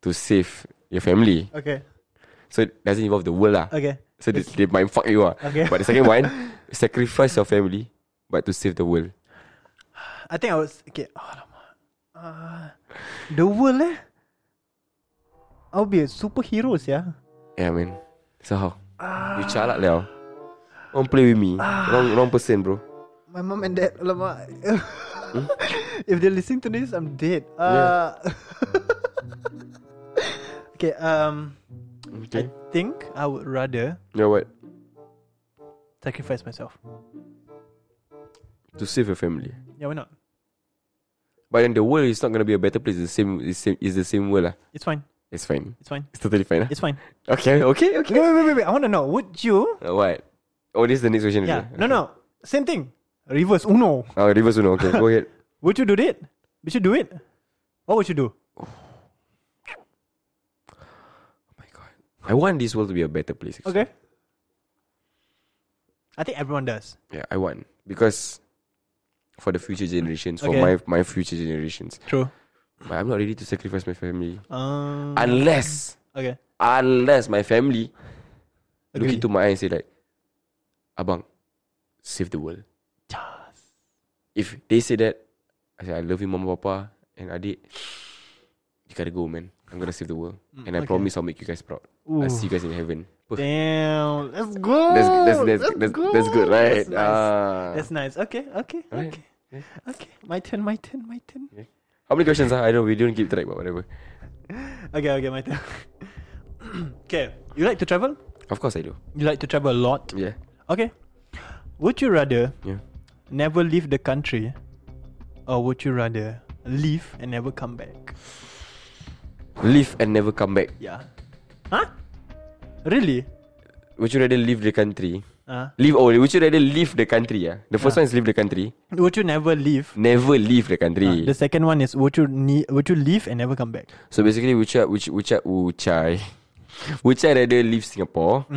to save your family. Uh, Okay. So it doesn't involve the world, ah. lah. Okay. So they, they mind fuck you ah. Okay. But the second one, sacrifice your family, but to save the world. I think I was okay. Alamak. Uh, the world eh. I'll be a superhero yeah. Yeah, man. So how? you chalak now. Don't play with me. wrong, wrong person, bro. My mom and dad. Alamak. Hmm? if they're listening to this, I'm dead. Uh, okay. Um. I Okay. think I would rather Yeah, what? sacrifice myself. To save your family. Yeah, why not? But then the world is not gonna be a better place. It's the same. It's, same, it's the same world lah. It's fine. It's fine. It's fine. It's totally fine. Lah. It's fine. Okay. Okay. No, Okay. wait, wait, wait, wait. I want to know. Would you? Uh, what? Oh, this is the next question. is Yeah. it? No, no. Same thing. Reverse Uno. Oh, reverse Uno. Okay, go ahead. Would you do it? Would you do it? What would you do? I want this world to be a better place. actually. Okay. I think everyone does. Yeah, I want because for the future generations, for Okay. my my future generations, True. but I'm not ready to sacrifice my family Um, unless okay. unless my family look Agree. into my eye and say like, "Abang, save the world." If they say that, I say I love you, mama, papa, and adik. You gotta go, man. I'm gonna save the world, and I Mm, okay. promise I'll make you guys proud. I'll see you guys in heaven. Puff. Damn. Let's go. That's that's that's that's, that's good, right? That's nice. Ah. That's nice. Okay. Okay. Right. Okay. Okay. My turn. My turn. My turn. How many questions? Huh? I know we didn't keep track, but whatever. Okay. Okay. My turn. okay. You like to travel? Of course I do. You like to travel a lot. Yeah. Okay. Would you rather Yeah. never leave the country, or would you rather leave and never come back? Leave and never come back. Yeah. Huh? Really? Would you rather leave the country? Uh, Leave oh would you rather leave the country, yeah? The first one is leave the country. would you never leave? Never leave the country. The second one is would you ne- would you leave and never come back? so basically which I which which I which I which I rather leave Singapore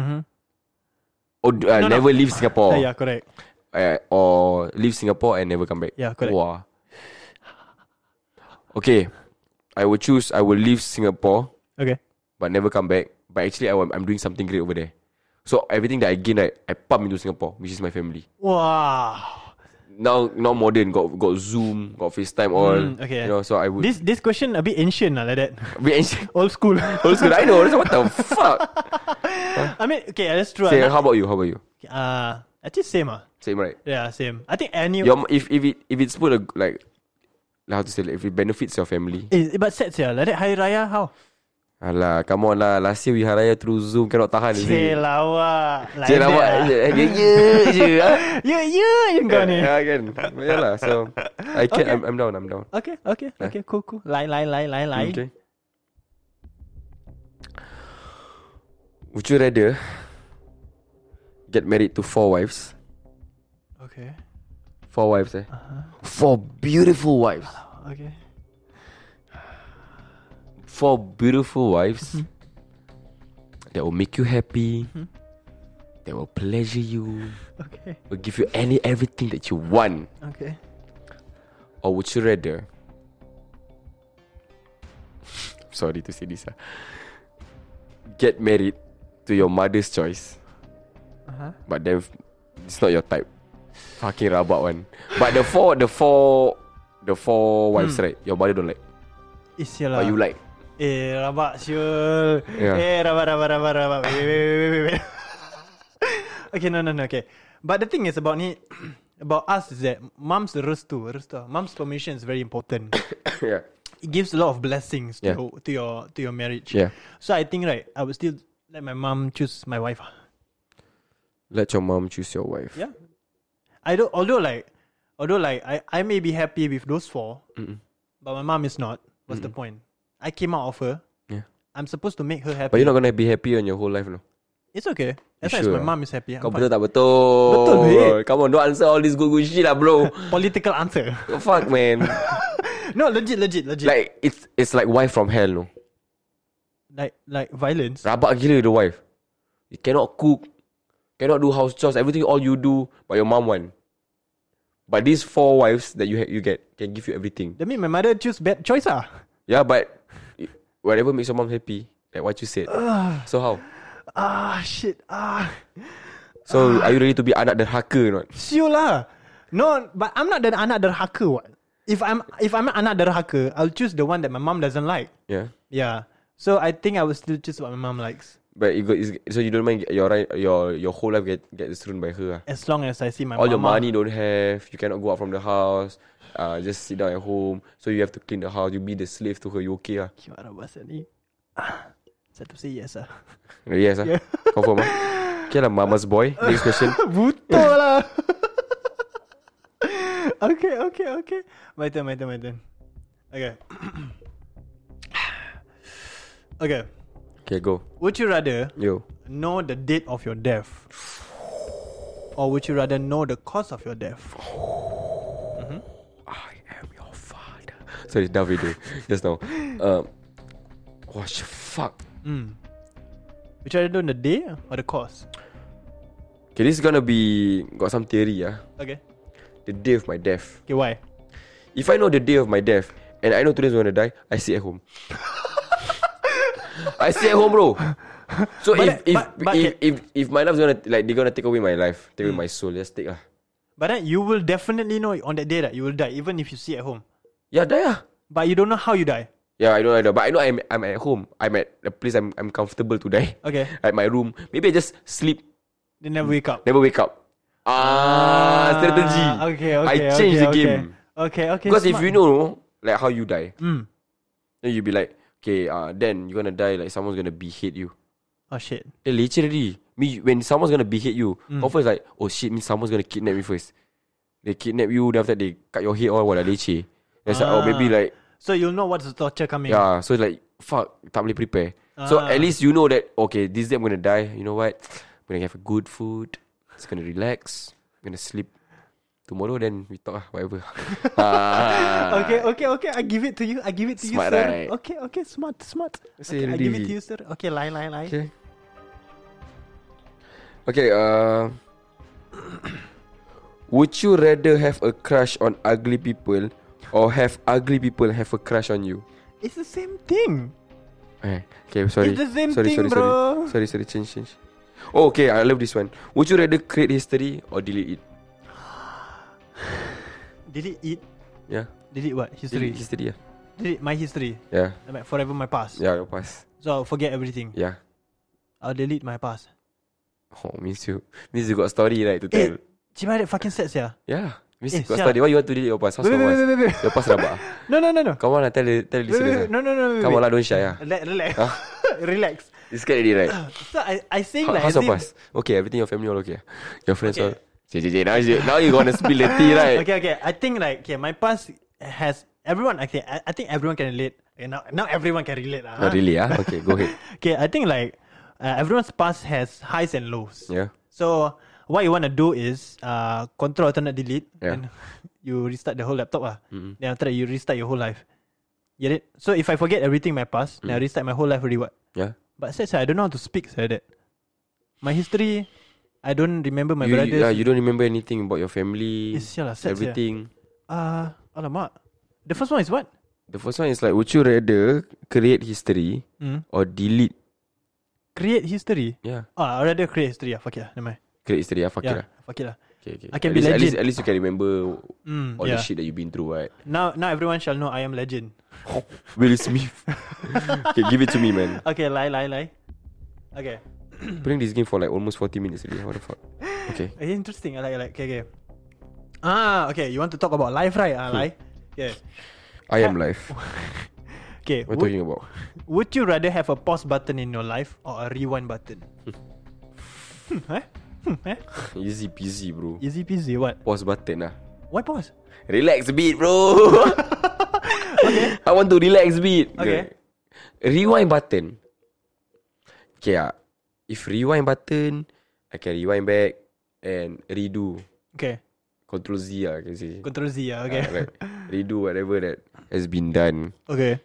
or d- uh, No, no. never leave Singapore Mm-hmm. Yeah, yeah, correct. uh, or leave Singapore and never come back. Yeah, correct. Wah. Okay. I will choose I will leave Singapore Okay. but never come back. But actually, I, am I'm doing something great over there. So everything that I gain, right, I pump into Singapore, which is my family. Wow. Now, now modern got got Zoom, got FaceTime, all. Mm, okay. You know, so I would. This this question a bit ancient lah, like that. be ancient. Old school. Old school, I know. So what the fuck? I mean, okay, that's true. Say, ah. how about you? How about you? uh, actually same ah. Same right? Yeah, same. I think any Your, if if it if it's put a, like, like how to say like, if it benefits your family. Eh, but sad yeah. Like that Hari Raya how? Alah, come on lah. Last year we haraya through Zoom, cannot tahan. is it? lah, Celawa. Like Cik that, lawak ah. je. Ya, ya, je. ah. Ya, ya je kau ni. Ya kan? Ya lah. So, I can. Okay. I'm, I'm down. I'm down. Okay, okay, okay, cool, cool. Lain, lain, lain, lain, lain. Okay. Would you rather get married to four wives? Okay, Four wives, eh? Four beautiful wives. okay. Four beautiful wives that will make you happy, that will pleasure you, Okay, will give you any everything that you want. okay. Or would you rather? Sorry to say this. ah. Get married to your mother's choice. Uh-huh. But then f- it's not your type. Fucking rabak one. But the four the four the four wives, Hmm. right? Your mother don't like. Eh, sia lah. But you like. Eh, rabak siul. Yeah. Eh, rabak, rabak, rabak, rabak. Wait, wait, wait, wait, wait, wait. okay, no, no, no, okay. But the thing is about ni, about us is that mom's restu, restu. Mom's permission is very important. yeah. it gives a lot of blessings to, Yeah. your, to your to your marriage. Yeah. So I think right, I would still let my mom choose my wife. ah. Let your mom choose your wife. Yeah. I don't. Although like, although like, I I may be happy with those 4 but my mom is not. What's the point? I came out of her. Yeah. I'm supposed to make her happy. But you're not gonna be happy on your whole life, no? It's okay. As long You as my sure? mom is happy. I'm Kau fine. betul tak betul? Betul, babe. Come on, don't answer all this good good shit lah, bro. Political answer. Fuck, man. no, legit, legit, legit. Like, like it's it's like wife from hell, no? like, like violence. Rabak gila the wife. You cannot cook, cannot do house chores, everything all you do, but your mom one. But these four wives that you ha- you get can give you everything. That mean my mother choose bad choice ah. Yeah, but i- whatever makes your mom happy, like what you said. so how? Ah shit ah. So are you ready to be anak derhaka or not? Siul lah. No, but I'm not the anak derhaka what. If I'm if I'm anak derhaka, I'll choose the one that my mom doesn't like. Yeah. Yeah. So I think I will still choose what my mom likes. But you got, is- so you don't mind get- your right your your whole life get get ruined by her. ah. As long as I see my All mama. your money don't have, you cannot go out from the house, uh, just sit down at home. So you have to clean the house, you be the slave to her, you okay ah. Kiwara bahasa ni. Satu say yes ah. lah Yes lah Yeah. Confirm lah Okay lah mama's boy Next question Butuh lah Okay okay okay My turn my turn my turn Okay Okay Okay go Would you rather Yo know the date of your death? Or would you rather know the cause of your death? I am your father Sorry dah video Just now um, What the fuck Would you rather know the day or the cause? Okay this is gonna be Got some theory ah Okay. The day of my death Okay, why? If I know the day of my death And I know today's gonna die I sit at home I sit at home bro So But that- if if, but- but Hmm. if, that- if if my life's gonna Like they're gonna take away my life Take away my soul Just take ah. lah But then you will definitely know on that day that you will die, even if you see at home. Yeah die ah. lah But you don't know how you die. Yeah, I know, I know. But I know I'm I'm at home. I'm at a place I'm I'm comfortable to die. Okay. At my room. Maybe I just sleep, They never wake up. never wake up. Ah, strategy. Okay, okay. I change okay, the okay. game. Okay, okay. Because if smart. you know like how you die, Mm. then you be like, okay, uh, then you're gonna die like someone's gonna behead you. Oh shit. Then later already, me when someone's gonna behead you, Hmm. often it's like, oh shit, means someone's gonna kidnap me first. They kidnap you, then after that they cut your head or what like leceh. That's like, oh Ah. maybe like So you'll know what's the torture coming. Yeah, so like fuck, tak boleh prepare. So Ah. at least you know that okay, this day I'm gonna die. You know what? I'm gonna have a good food. It's gonna relax. I'm gonna sleep. Tomorrow then we talk lah, whatever. Ah. Okay, okay, okay. I give it to you. I give it to Smart, you, sir. right? Okay, okay. Smart, smart. Say Okay, I give it already. to you, sir. Okay, lie, lie, lie. Okay. Okay. Uh, would you rather have a crush on ugly people or have ugly people have a crush on you? It's the same thing. Eh, Okay, sorry. It's the same sorry, thing, sorry, sorry. bro. Sorry, sorry, change, change. Oh, okay, I love this one. Would you rather create history or delete it? Delete it. Yeah. Delete what? History. Delete history, yeah. Delete my history. Yeah, Like forever my past. yeah, your past. So I'll forget everything. Yeah. I'll delete my past. Oh, means you, means you got story, right, to Eh, tell. Cima ada fucking sets ya. Yeah. Means eh, you got siap. story. Why you want to delete your past? What's Wait, your wait, past? wait, wait, wait. Your past rabak. ah? No, no, no, no. Come on, lah, tell the, tell Wait, the wait, listeners. wait. No, no, no. Wait, wait. Come on, lah, don't shy, ah. Relax, relax. Huh? relax. You scared already, right? So I, I saying How, like how's as your if- past? Okay, everything your family all okay? Your friends Okay. all. Jay, Jay, Jay, now you, now you gonna spill the tea, right? Ah, Okay, okay. I think like okay, my past has everyone. Okay, I, I think everyone can relate. Okay, now, now everyone can relate. lah, Not huh? really, ah. Okay, go ahead. Okay, I think like uh, everyone's past has highs and lows. Yeah. So what you want to do is uh, control alternate delete, Yeah. and you restart the whole laptop. Ah, Mm-hmm. then after that you restart your whole life. Get it? So if I forget everything my past, then I restart my whole life already. What? Mm. Yeah. But said I don't know how to speak. Said that. My history, I don't remember my you, brothers. You, uh, you don't remember anything about your family, Eh, sial lah, sad sia. everything. Uh, alamak. The first one is what? The first one is like, would you rather create history Mm. or delete? Create history. Yeah, Ah, I rather create history. Ah, fuck it. lah, Never mind. create history. Ah, fuck Yeah, it. lah. fuck it lah. Okay, okay. I can at be least, At legend. least, at least you can remember Mm, all yeah. the shit that you've been through, right? Now, now everyone shall know I am legend. Will Smith. okay, give it to me, man. Okay, lie, lie, lie. Okay. Playing this game for like almost 40 minutes already. What the fuck? Okay. Eh, Interesting. I like, I like. Okay, okay. Ah, okay. You want to talk about life, right? Ah, lie. Okay. I am life. Okay. What Would, are talking about? would you rather have a pause button in your life or a rewind button? hmm, eh? Hmm, eh? Easy peasy, bro. Easy peasy. What? Pause button lah. Why pause? Relax a bit, bro. I want to relax a bit. Okay. Rewind button. Okay, ah. if rewind button, I can rewind back and redo. Okay. Control Z lah, I can say. Control Z. ah, Ah, Okay. like, redo whatever that has been done. Okay.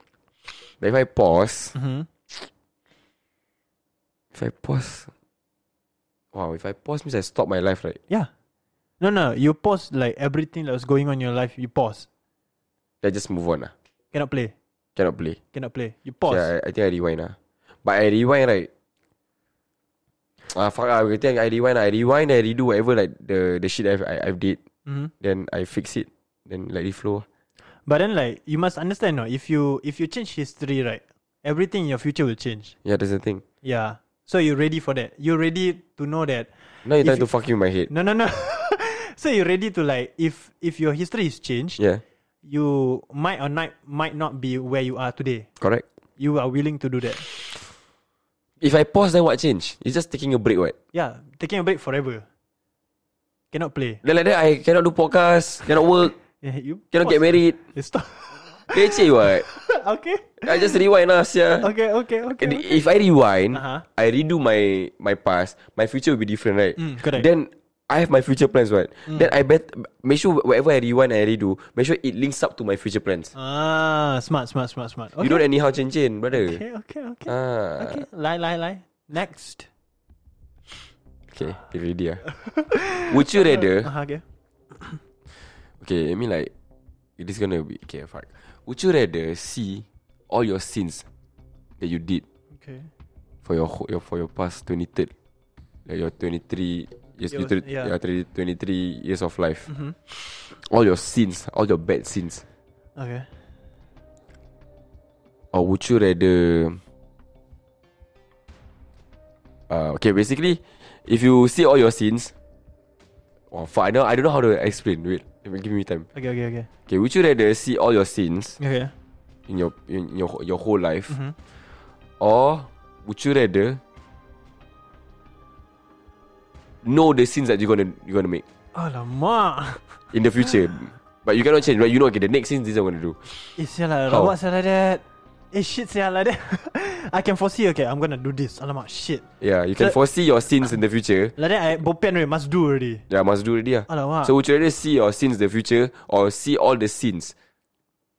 But if I pause, Mm-hmm. if I pause, wow, if I pause means I stop my life, right? Yeah. No, no. You pause like everything that was going on in your life. You pause. Then I just move on lah. Cannot play. Cannot play. Cannot play. You Okay, pause. I, I think I rewind lah. But I rewind right. Ah fuck lah. I think I rewind. I rewind. I redo whatever like the the shit I've I, I've did. Mhm. Then I fix it. Then let it flow. But then like you must understand, no, if you if you change history, right, everything in your future will change. Yeah, that's the thing. Yeah. So you're ready for that. You're ready to know that. Now you're If trying you- to fuck you in my head. No, no, no. so you're ready to like if if your history is changed, Yeah, you might or not might not be where you are today. correct. You are willing to do that. If I pause then what change? It's just taking a break what? Yeah, taking a break forever. Cannot play. Then like that I cannot do podcast Cannot work Yeah, you Cannot get pause. married Eh, Stop. Kecil what okay. I just rewind lah sia. Okay, okay, okay. And If I rewind Uh-huh. I redo my My past My future will be different right Mm, correct. Then I have my future plans right Then I bet Make sure whatever I rewind and I redo Make sure it links up to my future plans Ah, smart, smart, smart, smart. Okay. You don't anyhow change brother okay, okay, okay. Ah, okay, lie, lie, lie. Next. okay, you ready ah. Would you rather Uh, okay. Okay, I mean like it is gonna be okay. Fuck. Would you rather see all your sins that you did Okay. for your, whole- your for your past twenty third, like your twenty three years, Years, yeah. yeah, twenty three years of life, all your sins, all your bad sins, Okay. or would you rather? Uh, okay, basically, if you see all your sins, oh, fuck, I don't, I don't know how to explain. Wait, give me time. Okay, okay, okay. Okay, would you rather see all your sins? Okay. in your in your your whole life, Mhm. or would you rather know the sins that you're gonna you're gonna make Alamak. in the future, but you cannot change. Right? You know, okay, the next sins this I'm gonna do. Eh, sial lah. How? Rabak sial like that. Eh, shit sial like that. I can foresee, okay, I'm gonna do this. Alamak, shit. Yeah, you can That- foresee your sins in the future. Like that, I bopian already. Must do already. Yeah, must do already. Ah. Alamak. So would you rather see your sins in the future or see all the sins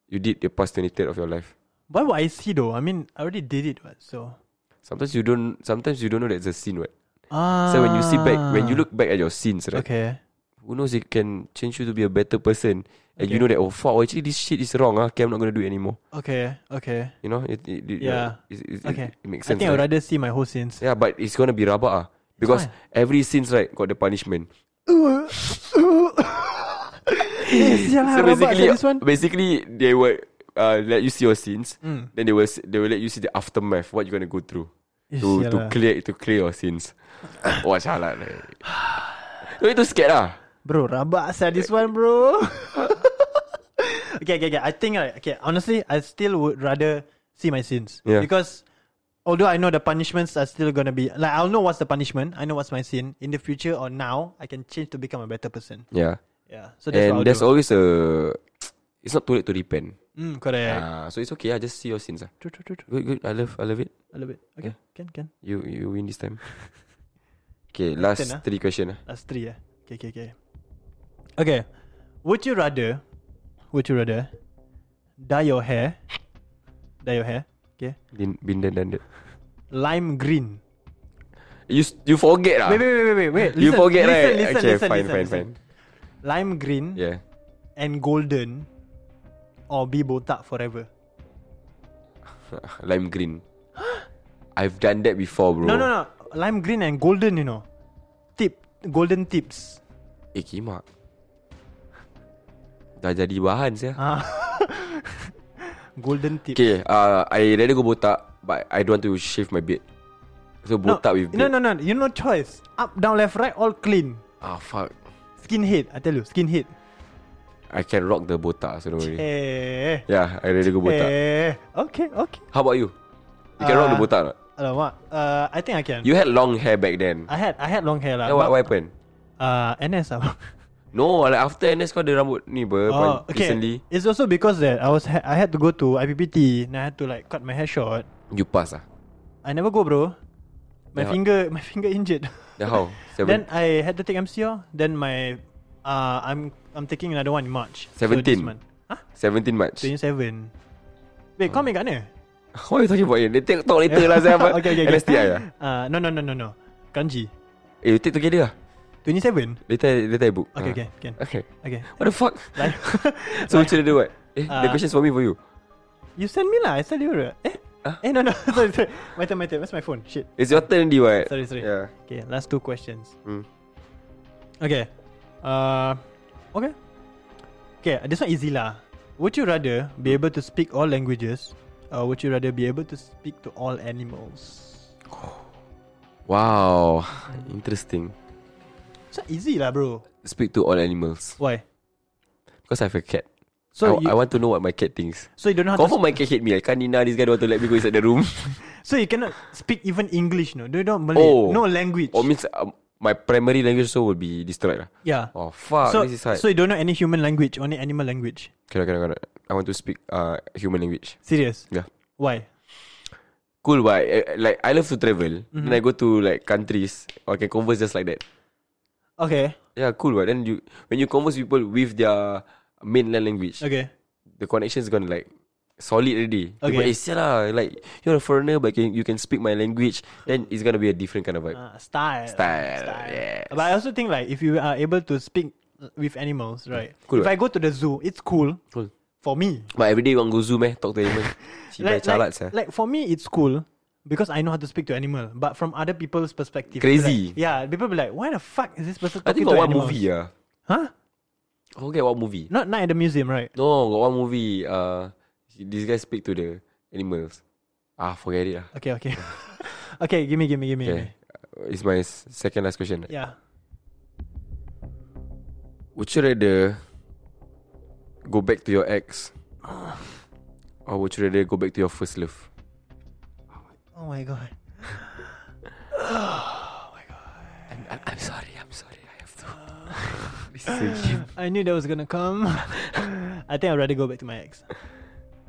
you did the past twenty third of your life? Why would I see though? I mean, I already did it, what? So. Sometimes you don't. Sometimes you don't know that's a sin. What? Ah. So when you see back, when you look back at your sins, right? Okay. who knows it can change you to be a better person and you Okay. know that oh fuck oh, actually this shit is wrong ah. okay I'm not gonna do it anymore Okay. Okay. you know it, it, it- Yeah. it, it, it- Okay. it makes I sense think I would right? rather see my whole sins. yeah but it's gonna be rabak ah because Why? every sins right got the punishment so basically basically, this one. basically they will uh, let you see your sins Mm. then they will s- they will let you see the aftermath what you're gonna go through Eh, to sial to lah. clear to clear your sins watch out lah like. don't need to scared ah. lah Bro, rabak sah this one, bro. okay, okay, okay. I think, right, okay, honestly, I still would rather see my sins. Yeah. Because although I know the punishments are still going to be, like, I'll know what's the punishment. I know what's my sin. In the future or now, I can change to become a better person. yeah Yeah. So that's what I'll and there's do. always a it's not too late to repent Mm, correct. Ah, so it's okay. I just see your sins. Ah, True, true, true, true. good, good. I love, I love it. A little bit. Okay, can, can. You, you win this time. okay, last ah. three question. Ah, That's three, eh? Okay, okay, okay. Okay. Would you rather, would you rather dye your hair, dye your hair, okay, been, been done, done that. lime green? You, s- you forget ah. Wait, wait, wait, wait, wait, wait. you Listen, forget listen, right? Listen, okay, listen, fine, listen, fine, listen. fine. Lime green Yeah. and golden, or be botak forever. Ah, Lime green. I've done that before, bro. No, no, no. Lime green and golden, you know, tip, golden tips. Eh, kimak. Dah jadi bahan saya. Ah, golden tips. Okay, uh, I rather go botak, but I don't want to shave my beard. So No, botak with no, beard. no, no. You no choice. Up, down, left, right, all clean. Ah fuck. Skinhead, I tell you, skinhead. I can rock the botak, so don't worry. Eh, Yeah, I rather go botak. eh. Okay, okay. How about you? You can rock the Uh, botak not? Alamak. Uh, I think I can. You had long hair back then. I had, I had long hair lah. Then Ah, but- what, what happened? Uh, NS lah. No, like after NS kau ada rambut ni ber Oh, okay. recently. It's also because that I was ha- I had to go to IPPT and I had to like cut my hair short. You pass ah. I never go, bro. My Yeah. finger, my finger injured. Then how? then Seven, I had to take MCO. Then my, uh, I'm I'm taking another one in March. So this 17. month. Huh? 17 March. 27. Oh. Wait, kau ambil kat mana? What are you talking about? You take talk later lah siapa. okay, okay, okay. NSTI ah. Uh, no, no, no, no, no. Kanji. Eh, you take together ah. 27? Later later I book. Okay, Ah. okay, can. Okay. Okay. What the fuck? Like, So what you do what? Eh, Ah. the questions for me for you. you send me lah. I send you. right? Eh? Huh? Eh, no, no. sorry, sorry. My turn, my turn. Where's my phone? Shit. It's your turn di what? Sorry, sorry. Yeah. Okay, last two questions. Hmm. Okay. Uh, okay. Okay, this one easy lah. Would you rather be able to speak all languages or would you rather be able to speak to all animals? Wow. Interesting. It's not easy lah, bro. Speak to all animals. Why? Because I have a cat. So, I, you, I want to know what my cat thinks. so you don't know how to Confirm my cat hate me. I can't Nina. This guy don't want to let me go inside the room. So So you cannot speak even English, no? They don't Malay. No language. Oh means um, my primary language also will be destroyed lah. yeah. Oh fuck, so, this is hard. so you don't know any human language, only animal language. Cannot, cannot, cannot. I want to speak uh human language. Serious? Yeah. Why? Cool, but I, I- like I love to travel. Mm-hmm. Then I go to like countries. Or I can converse just like that. Okay. Yeah, cool. But then you when you converse people with their mainland language, Okay. the connection is gonna like solid already. People, Okay. eh, sia lah, like you're a foreigner, but can, you can speak my language. Then it's gonna be a different kind of vibe. Uh, style. Style, yes. But I also think like if you are able to speak with animals, right? Mm. Cool, if I right? go to the zoo, it's cool cool. for me. But every day you want go zoom eh, talk to animal. Cibai Like, calat like, sah. like for me, it's cool because I know how to speak to animal. But from other people's perspective, Crazy. like- yeah, people be like, "Why the fuck is this person I talking think to got one animals?" movie ah. Huh? I forget what movie. Not night at the museum, right? No, got one movie. Uh, this guy speak to the animals. Ah, forget it lah. Okay, okay, okay. Give me, give me, give me. give Okay, me. Uh, it's my s- second last question. Yeah. Would you rather go back to your ex, or would you rather go back to your first love? Oh my god. I'm, I'm sorry. I'm sorry. I have to. this is a game. I knew that was gonna come. I think I'd rather go back to my ex.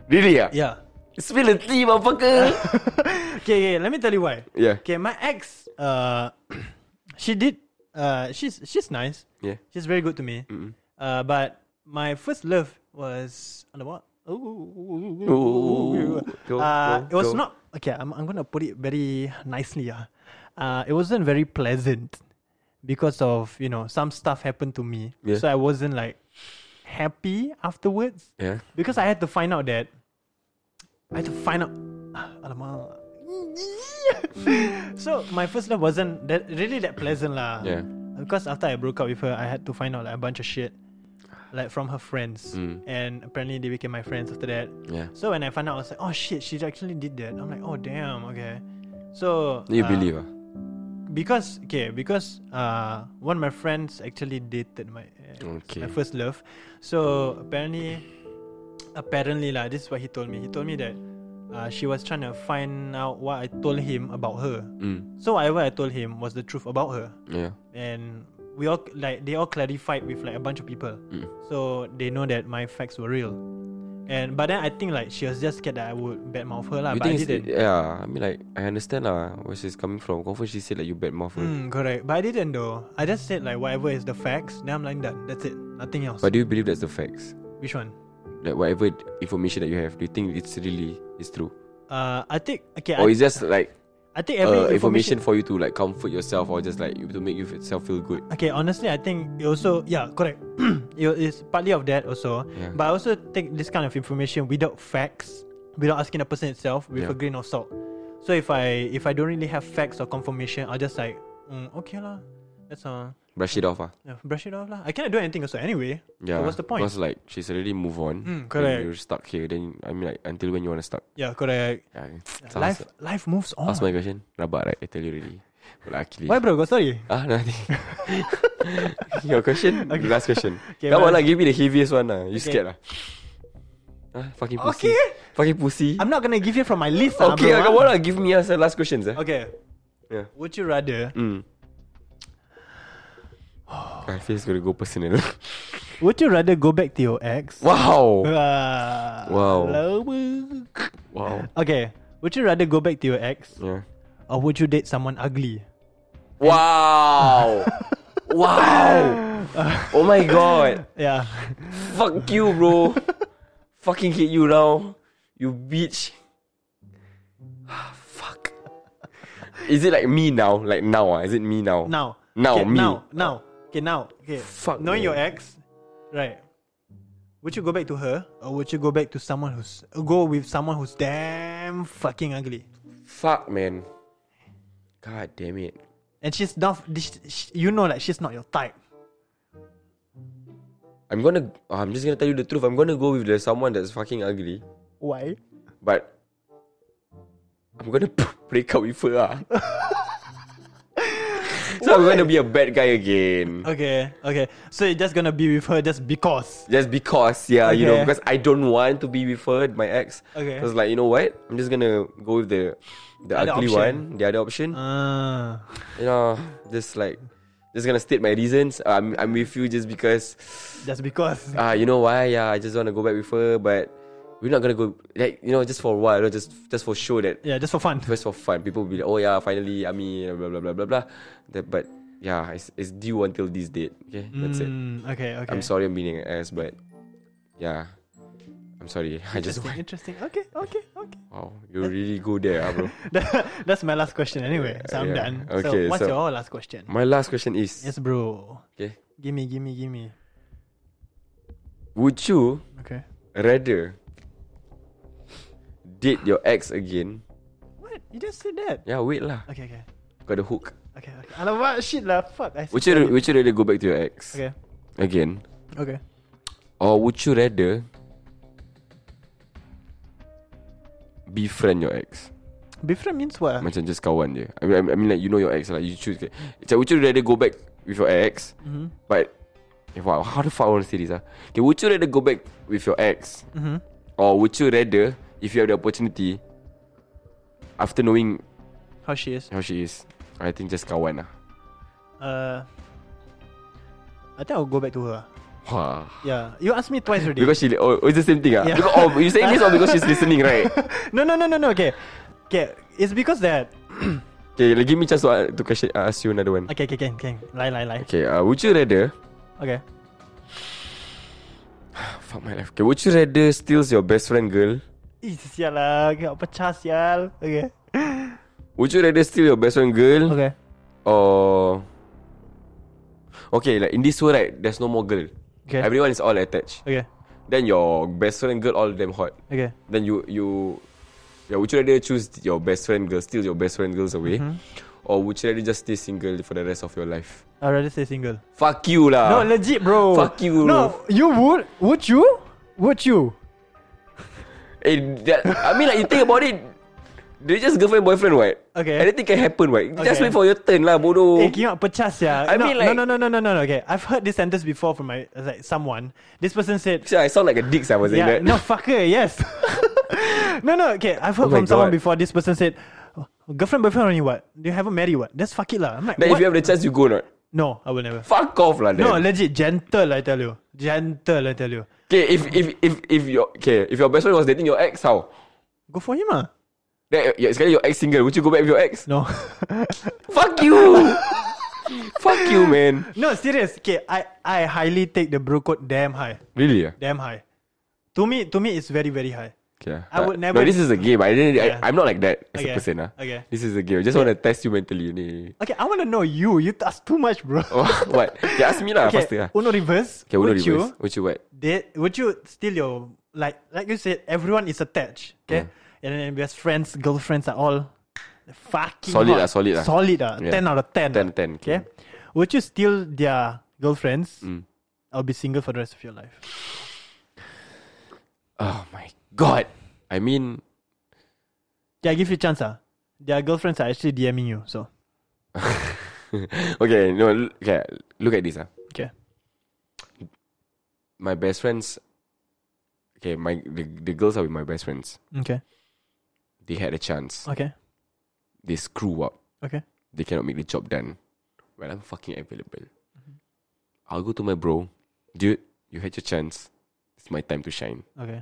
Really? Yeah. Yeah. Spill the tea, motherfucker. Okay, okay. Let me tell you why. yeah. Okay, my ex, uh, she did. Uh, she's she's nice. Yeah. She's very good to me. Uh, but my first love was on the what? Ooh. Go, Uh, go, it was go. not okay. I'm I'm gonna put it very nicely. ah. Uh, it wasn't very pleasant because of you know some stuff happened to me, Yeah. so I wasn't like happy afterwards Yeah. because I had to find out that I had to find out. Alamak. so my first love wasn't that really that pleasant lah. Yeah. Because after I broke up with her, I had to find out like a bunch of shit, like from her Um, friends, Mm. and apparently they became my friends after that. Yeah. So when I found out, I was like, oh shit, she actually did that. I'm like, oh damn, okay. So You uh, believe ah? because okay because uh one of my friends actually dated my uh, Okay. my first love so apparently apparently lah this is what he told me he told me that uh, she was trying to find out what I told him about her Mm. so whatever I told him was the truth about her Yeah. and we all like they all clarified with like a bunch of people Mm. so they know that my facts were real and but then I think like she was just scared that I would badmouth her lah you but I think it's, didn't yeah, I mean like I understand lah where she's coming from. Confirm she said like you bad mouth her. Mm, correct. But I didn't though. I just said like whatever is the facts. Then I'm like done. That's it. Nothing else. But do you believe that's the facts? Which one? Like whatever information that you have, do you think it's really it's true? Uh, I think okay. Or I, it's just like I think every uh, information. information for you to like comfort yourself or just like you- to make yourself feel good? Okay, honestly, I think it also yeah, correct. it is partly of that also. Yeah. But I also take this kind of information without facts, without asking the person itself, with Yeah. a grain of salt. So if I if I don't really have facts or confirmation, I'll just like mm, okay lah. That's uh, Brush it off ah. yeah, brush it off lah. I cannot do anything also anyway. Yeah. So what's the point? Because like she's already move Mm, on. and correct. You're stuck here. Then I mean like until when you wanna stuck. Yeah, correct. Yeah. So Life ask- life moves on. Ask my question. Rabak right? I tell you already. Well, actually. Why bro? Got story? Ah, nothing. Your question? Okay. Last question. Okay, Come on mine. lah, give me the heaviest one lah. You Okay. scared lah. Ah, fucking pussy. Okay. Fucking pussy. I'm not gonna give you from my list. ah, okay, bro, ah, come ah. on lah, give me us the last questions eh. Okay. Yeah. Would you rather? Mm. I feel it's gonna go personal. Would you rather go back to your ex? wow. Ah, Wow. lama. Wow. Okay. Would you rather go back to your ex, Yeah. or would you date someone ugly? Wow. wow. Oh my god. Yeah. Fuck you, bro. Fucking hate you now. You bitch. Ah, Fuck. Is it like me now? Like now? Ah, Is it me now? Now. Now, Okay, me. Now. Now. Okay. Now. Okay. Fuck, Knowing man. your ex, right? Would you go back to her, or would you go back to someone who's go with someone who's damn fucking ugly? Fuck, man. God damn it. And she's not. sh- sh- You know, like she's not your type. I'm gonna. oh, I'm just gonna tell you the truth. I'm gonna go with the someone that's fucking ugly, Why? but I'm gonna break up with her. ah. so I'm gonna be a bad guy again. Okay, okay. So you're just gonna be with her just because. Just because, yeah, you know, Okay. because I don't want to be with her, my ex. Okay. I was like, you know what? I'm just gonna go with the the Other ugly option. one, the other option. Ah. you know, just like just gonna state my reasons. I'm I'm with you just because just because. uh, you know why? Yeah, I just wanna go back with her, but we're not gonna go like you know just for a while, you know, just just for show that yeah, just for fun. just for fun. People will be like, oh yeah, finally, I mean, blah blah blah blah blah. The- but yeah, it's, it's due until this date. Okay, that's it. Mm, okay, okay. I'm sorry, I'm being an ass, but yeah, I'm sorry. I just Interesting, interesting. Okay, okay, okay. wow, you really go there, ah, bro. That- That's my last question anyway. So I'm Yeah, done. so okay, what's so- your last question? My last question is, Yes, bro. okay, Gimme, gimme, gimme. would you Okay. rather date your ex again? What? You just said that? Yeah, wait lah. Okay, okay. Got the hook. Okay, okay. Alamak, shit lah. Fuck. I Would said you it. would you rather go back to your ex Okay, again, okay. or would you rather befriend your ex? Befriend means what? Macam just kawan dia. I mean, I mean- I mean like you know your ex like you choose. Like, would you rather go back with your ex, Mm-hmm. but eh, wow, how the fuck I want to say this ah? Okay, would you rather go back with your ex, Mm-hmm. or would you rather if you have the opportunity after knowing How she is. how she is? I think just kawan lah. Uh, I think I'll go back to her. Wah. Yeah. You asked me twice already. Because she oh, oh, it's the same thing ah. Yeah. Because, oh, you saying this all because she's listening, right? no, no, no, no, no. Okay. Okay. It's because that. Okay, like, give me chance to, uh, to question, uh, ask you another one. Okay, okay, okay. okay. Lie, lie, lie. Okay, uh, would you rather Okay. fuck my life? Okay, would you rather steals your best friend girl? Ih, sial lah. Okay, pecah sial. Okay. Would you rather steal your best friend girl Okay. or okay like in this world right? There's no more girl. Okay. Everyone is all attached. Okay. Then your best friend girl all them hot. Okay. Then you you yeah. Would you rather choose your best friend girl, steal your best friend girls away, Mm-hmm. or would you rather just stay single for the rest of your life? I'd rather stay single. Fuck you No, lah. legit, bro. Ah. Fuck you, No, you would? Would you? Would you? Eh, that, I mean, like, you think about it, they just girlfriend boyfriend, what? Okay. Anything can happen, what? Just Okay. wait for your turn, lah, bodoh. Eh, kimak pecah sia. Oh. I no, mean, like- no, no, no, no, no, no. Okay, I've heard this sentence before from my like someone. This person said, Actually, I sound like a dick. sia, I was saying "Yeah, that. no fucker, yes." no, no. Okay, I've heard Oh my from someone God. before. This person said, "Oh, "Girlfriend, boyfriend, only what? You haven't married what? That's fuck it lah." I'm like, Then what? if you have the chance, you go not. no, I will never. Fuck off, lah. Then. No, legit, gentle. I tell you, gentle. I tell you, okay, if if if if your okay, if your best friend was dating your ex, how? go for him ah. Then eh, yeah, sekali your ex single, would you go back with your ex? No, Fuck you. Fuck you, man. no, serious. Okay, I I highly take the bro code damn high, Really? Yeah. damn high. To me, to me, it's very very high. Okay. uh, I would No, never- this is a game. I didn't. Yeah. I, I'm not like that as Okay. a person. Ah. Okay. This is a game. I just want to test you mentally. Ni. Okay, I want to know you. You ask too much, bro. Oh, what? Okay, ask me lah. okay, Faster lah. Uno reverse. Okay, Uno would reverse. You Would you what? date, would you steal your like like you said? Everyone is attached. Okay, and then best friends, girlfriends are all fucking Solid hot. lah, solid lah. solid lah. Yeah. Ten out of ten. Okay. 10, 10, okay. Mm. would you steal their girlfriends? I'll be single for the rest of your life. Oh my god. I mean, Yeah, I give you a chance. Ah, their girlfriends are actually DMing you. So okay, no, l- okay. Look at this. Ah, okay, my best friends. Okay, my the, the girls are with my best friends. okay, They had a chance. okay, They screw up. okay. They cannot make the job done. Well, I'm fucking available. Mm-hmm. I'll go to my bro, dude. You had your chance. It's my time to shine. Okay.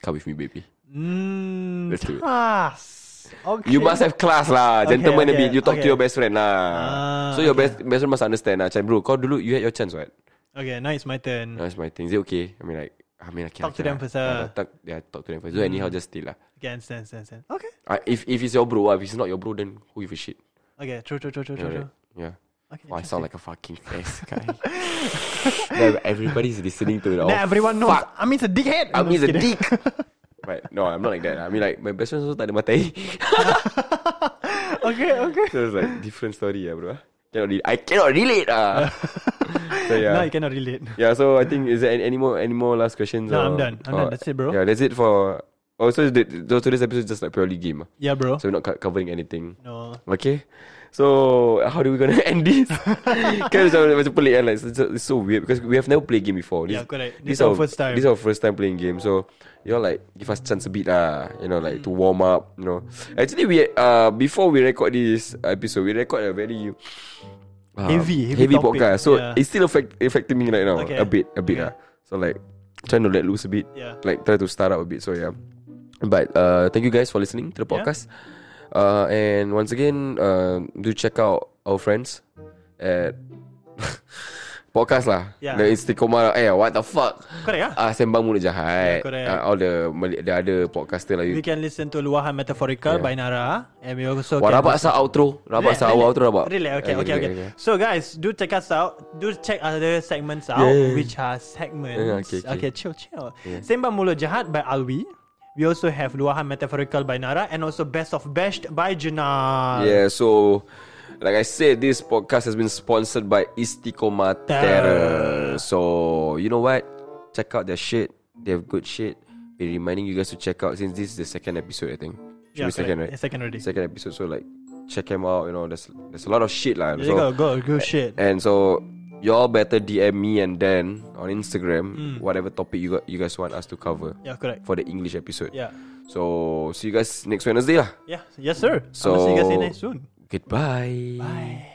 Come with me, baby. Mm, Let's do it. class. Okay. You must have class lah Okay, Gentleman okay, a bit You talk okay. to your best friend lah Ah, So your okay. best best friend must understand lah Macam bro Kau dulu you had your chance what Okay, now it's my turn. Now it's my thing Is it okay? I mean like I mean I can't Talk to them first ah. Hmm. lah. yeah, Ah, talk, yeah, talk to them first So anyhow just stay lah Okay, understand, understand, understand. Okay. uh, If if it's your bro ah, If it's not your bro Then who give a shit Okay, true, true, true, true, true, You know, true. right? Yeah Okay. Wow, I sound like a fucking ass guy Now Everybody's listening to it all Now everyone knows oh, Fuck Amin's a dickhead. I mean just it's a kidding. dick But no I'm not like that I mean like My best friend also tak ada matai okay, okay. So it's like Different story lah bro ah. Cannot re- I cannot relate ah. So yeah Now you cannot relate. Yeah, so I think is there any, any more any more last questions? No, or- I'm done. I'm or- done. That's it, bro. Yeah, that's it for Oh, so, the, so today's episode is just like purely game. ah. Yeah, bro. So we're not co- covering anything. no. Okay. So how do we gonna end this? kan macam macam pelik kan like, it's, so- it's so weird because we have never played game before. Yeah, correct. This our first time. This is our first time playing game. So you know like give us chance a bit lah. You know like to warm up. You know. Actually we uh before we record this episode we record a very uh, Heavy, heavy heavy topic. podcast. So Yeah. it's still affect, affecting me right now Okay. a bit a bit Okay. lah. So like trying to let loose a bit Yeah. like try to start up a bit. So yeah, but uh, thank you guys for listening to the Yeah. podcast. Uh, and once again, uh, do check out our friends at podcast lah. Yeah. The Istiqomah. Eh, what the fuck? Correct ah. Ah, sembang mulut jahat. Yeah, correct. Ah, all the Malay- the other podcaster lah. We can listen to Luahan Metaphorical Yeah. by Nara and we also Wah, can rabak sa outro. Rabak Relax, sa awal relax. outro rabak. Relax, okay, okay, okay. So guys, do check us out. Do check other segments out, Yeah. which are segments. Yeah, okay, okay. chill, chill. Sembang Mulut Jahat by Alwi. We also have Luahan Metaphorical by Nara and also Best of Best by Jenal. Yeah, so like I said, this podcast has been sponsored by Istiqomah Terror. So you know what? Check out their shit. They have good shit. Be reminding you guys to check out since this is the second episode, I think. Should be second, right? correct. Second already. Second episode. So like, check them out. You know, there's there's a lot of shit lah. There So, you go, go, go shit. and so y'all better DM me and Dan on Hmm. Instagram whatever topic you got, you guys want us to cover Yeah, correct. for the English episode. Yeah. So see you guys next Wednesday lah. Yeah, yes sir. So- I'll see you guys in there soon. Goodbye. Bye.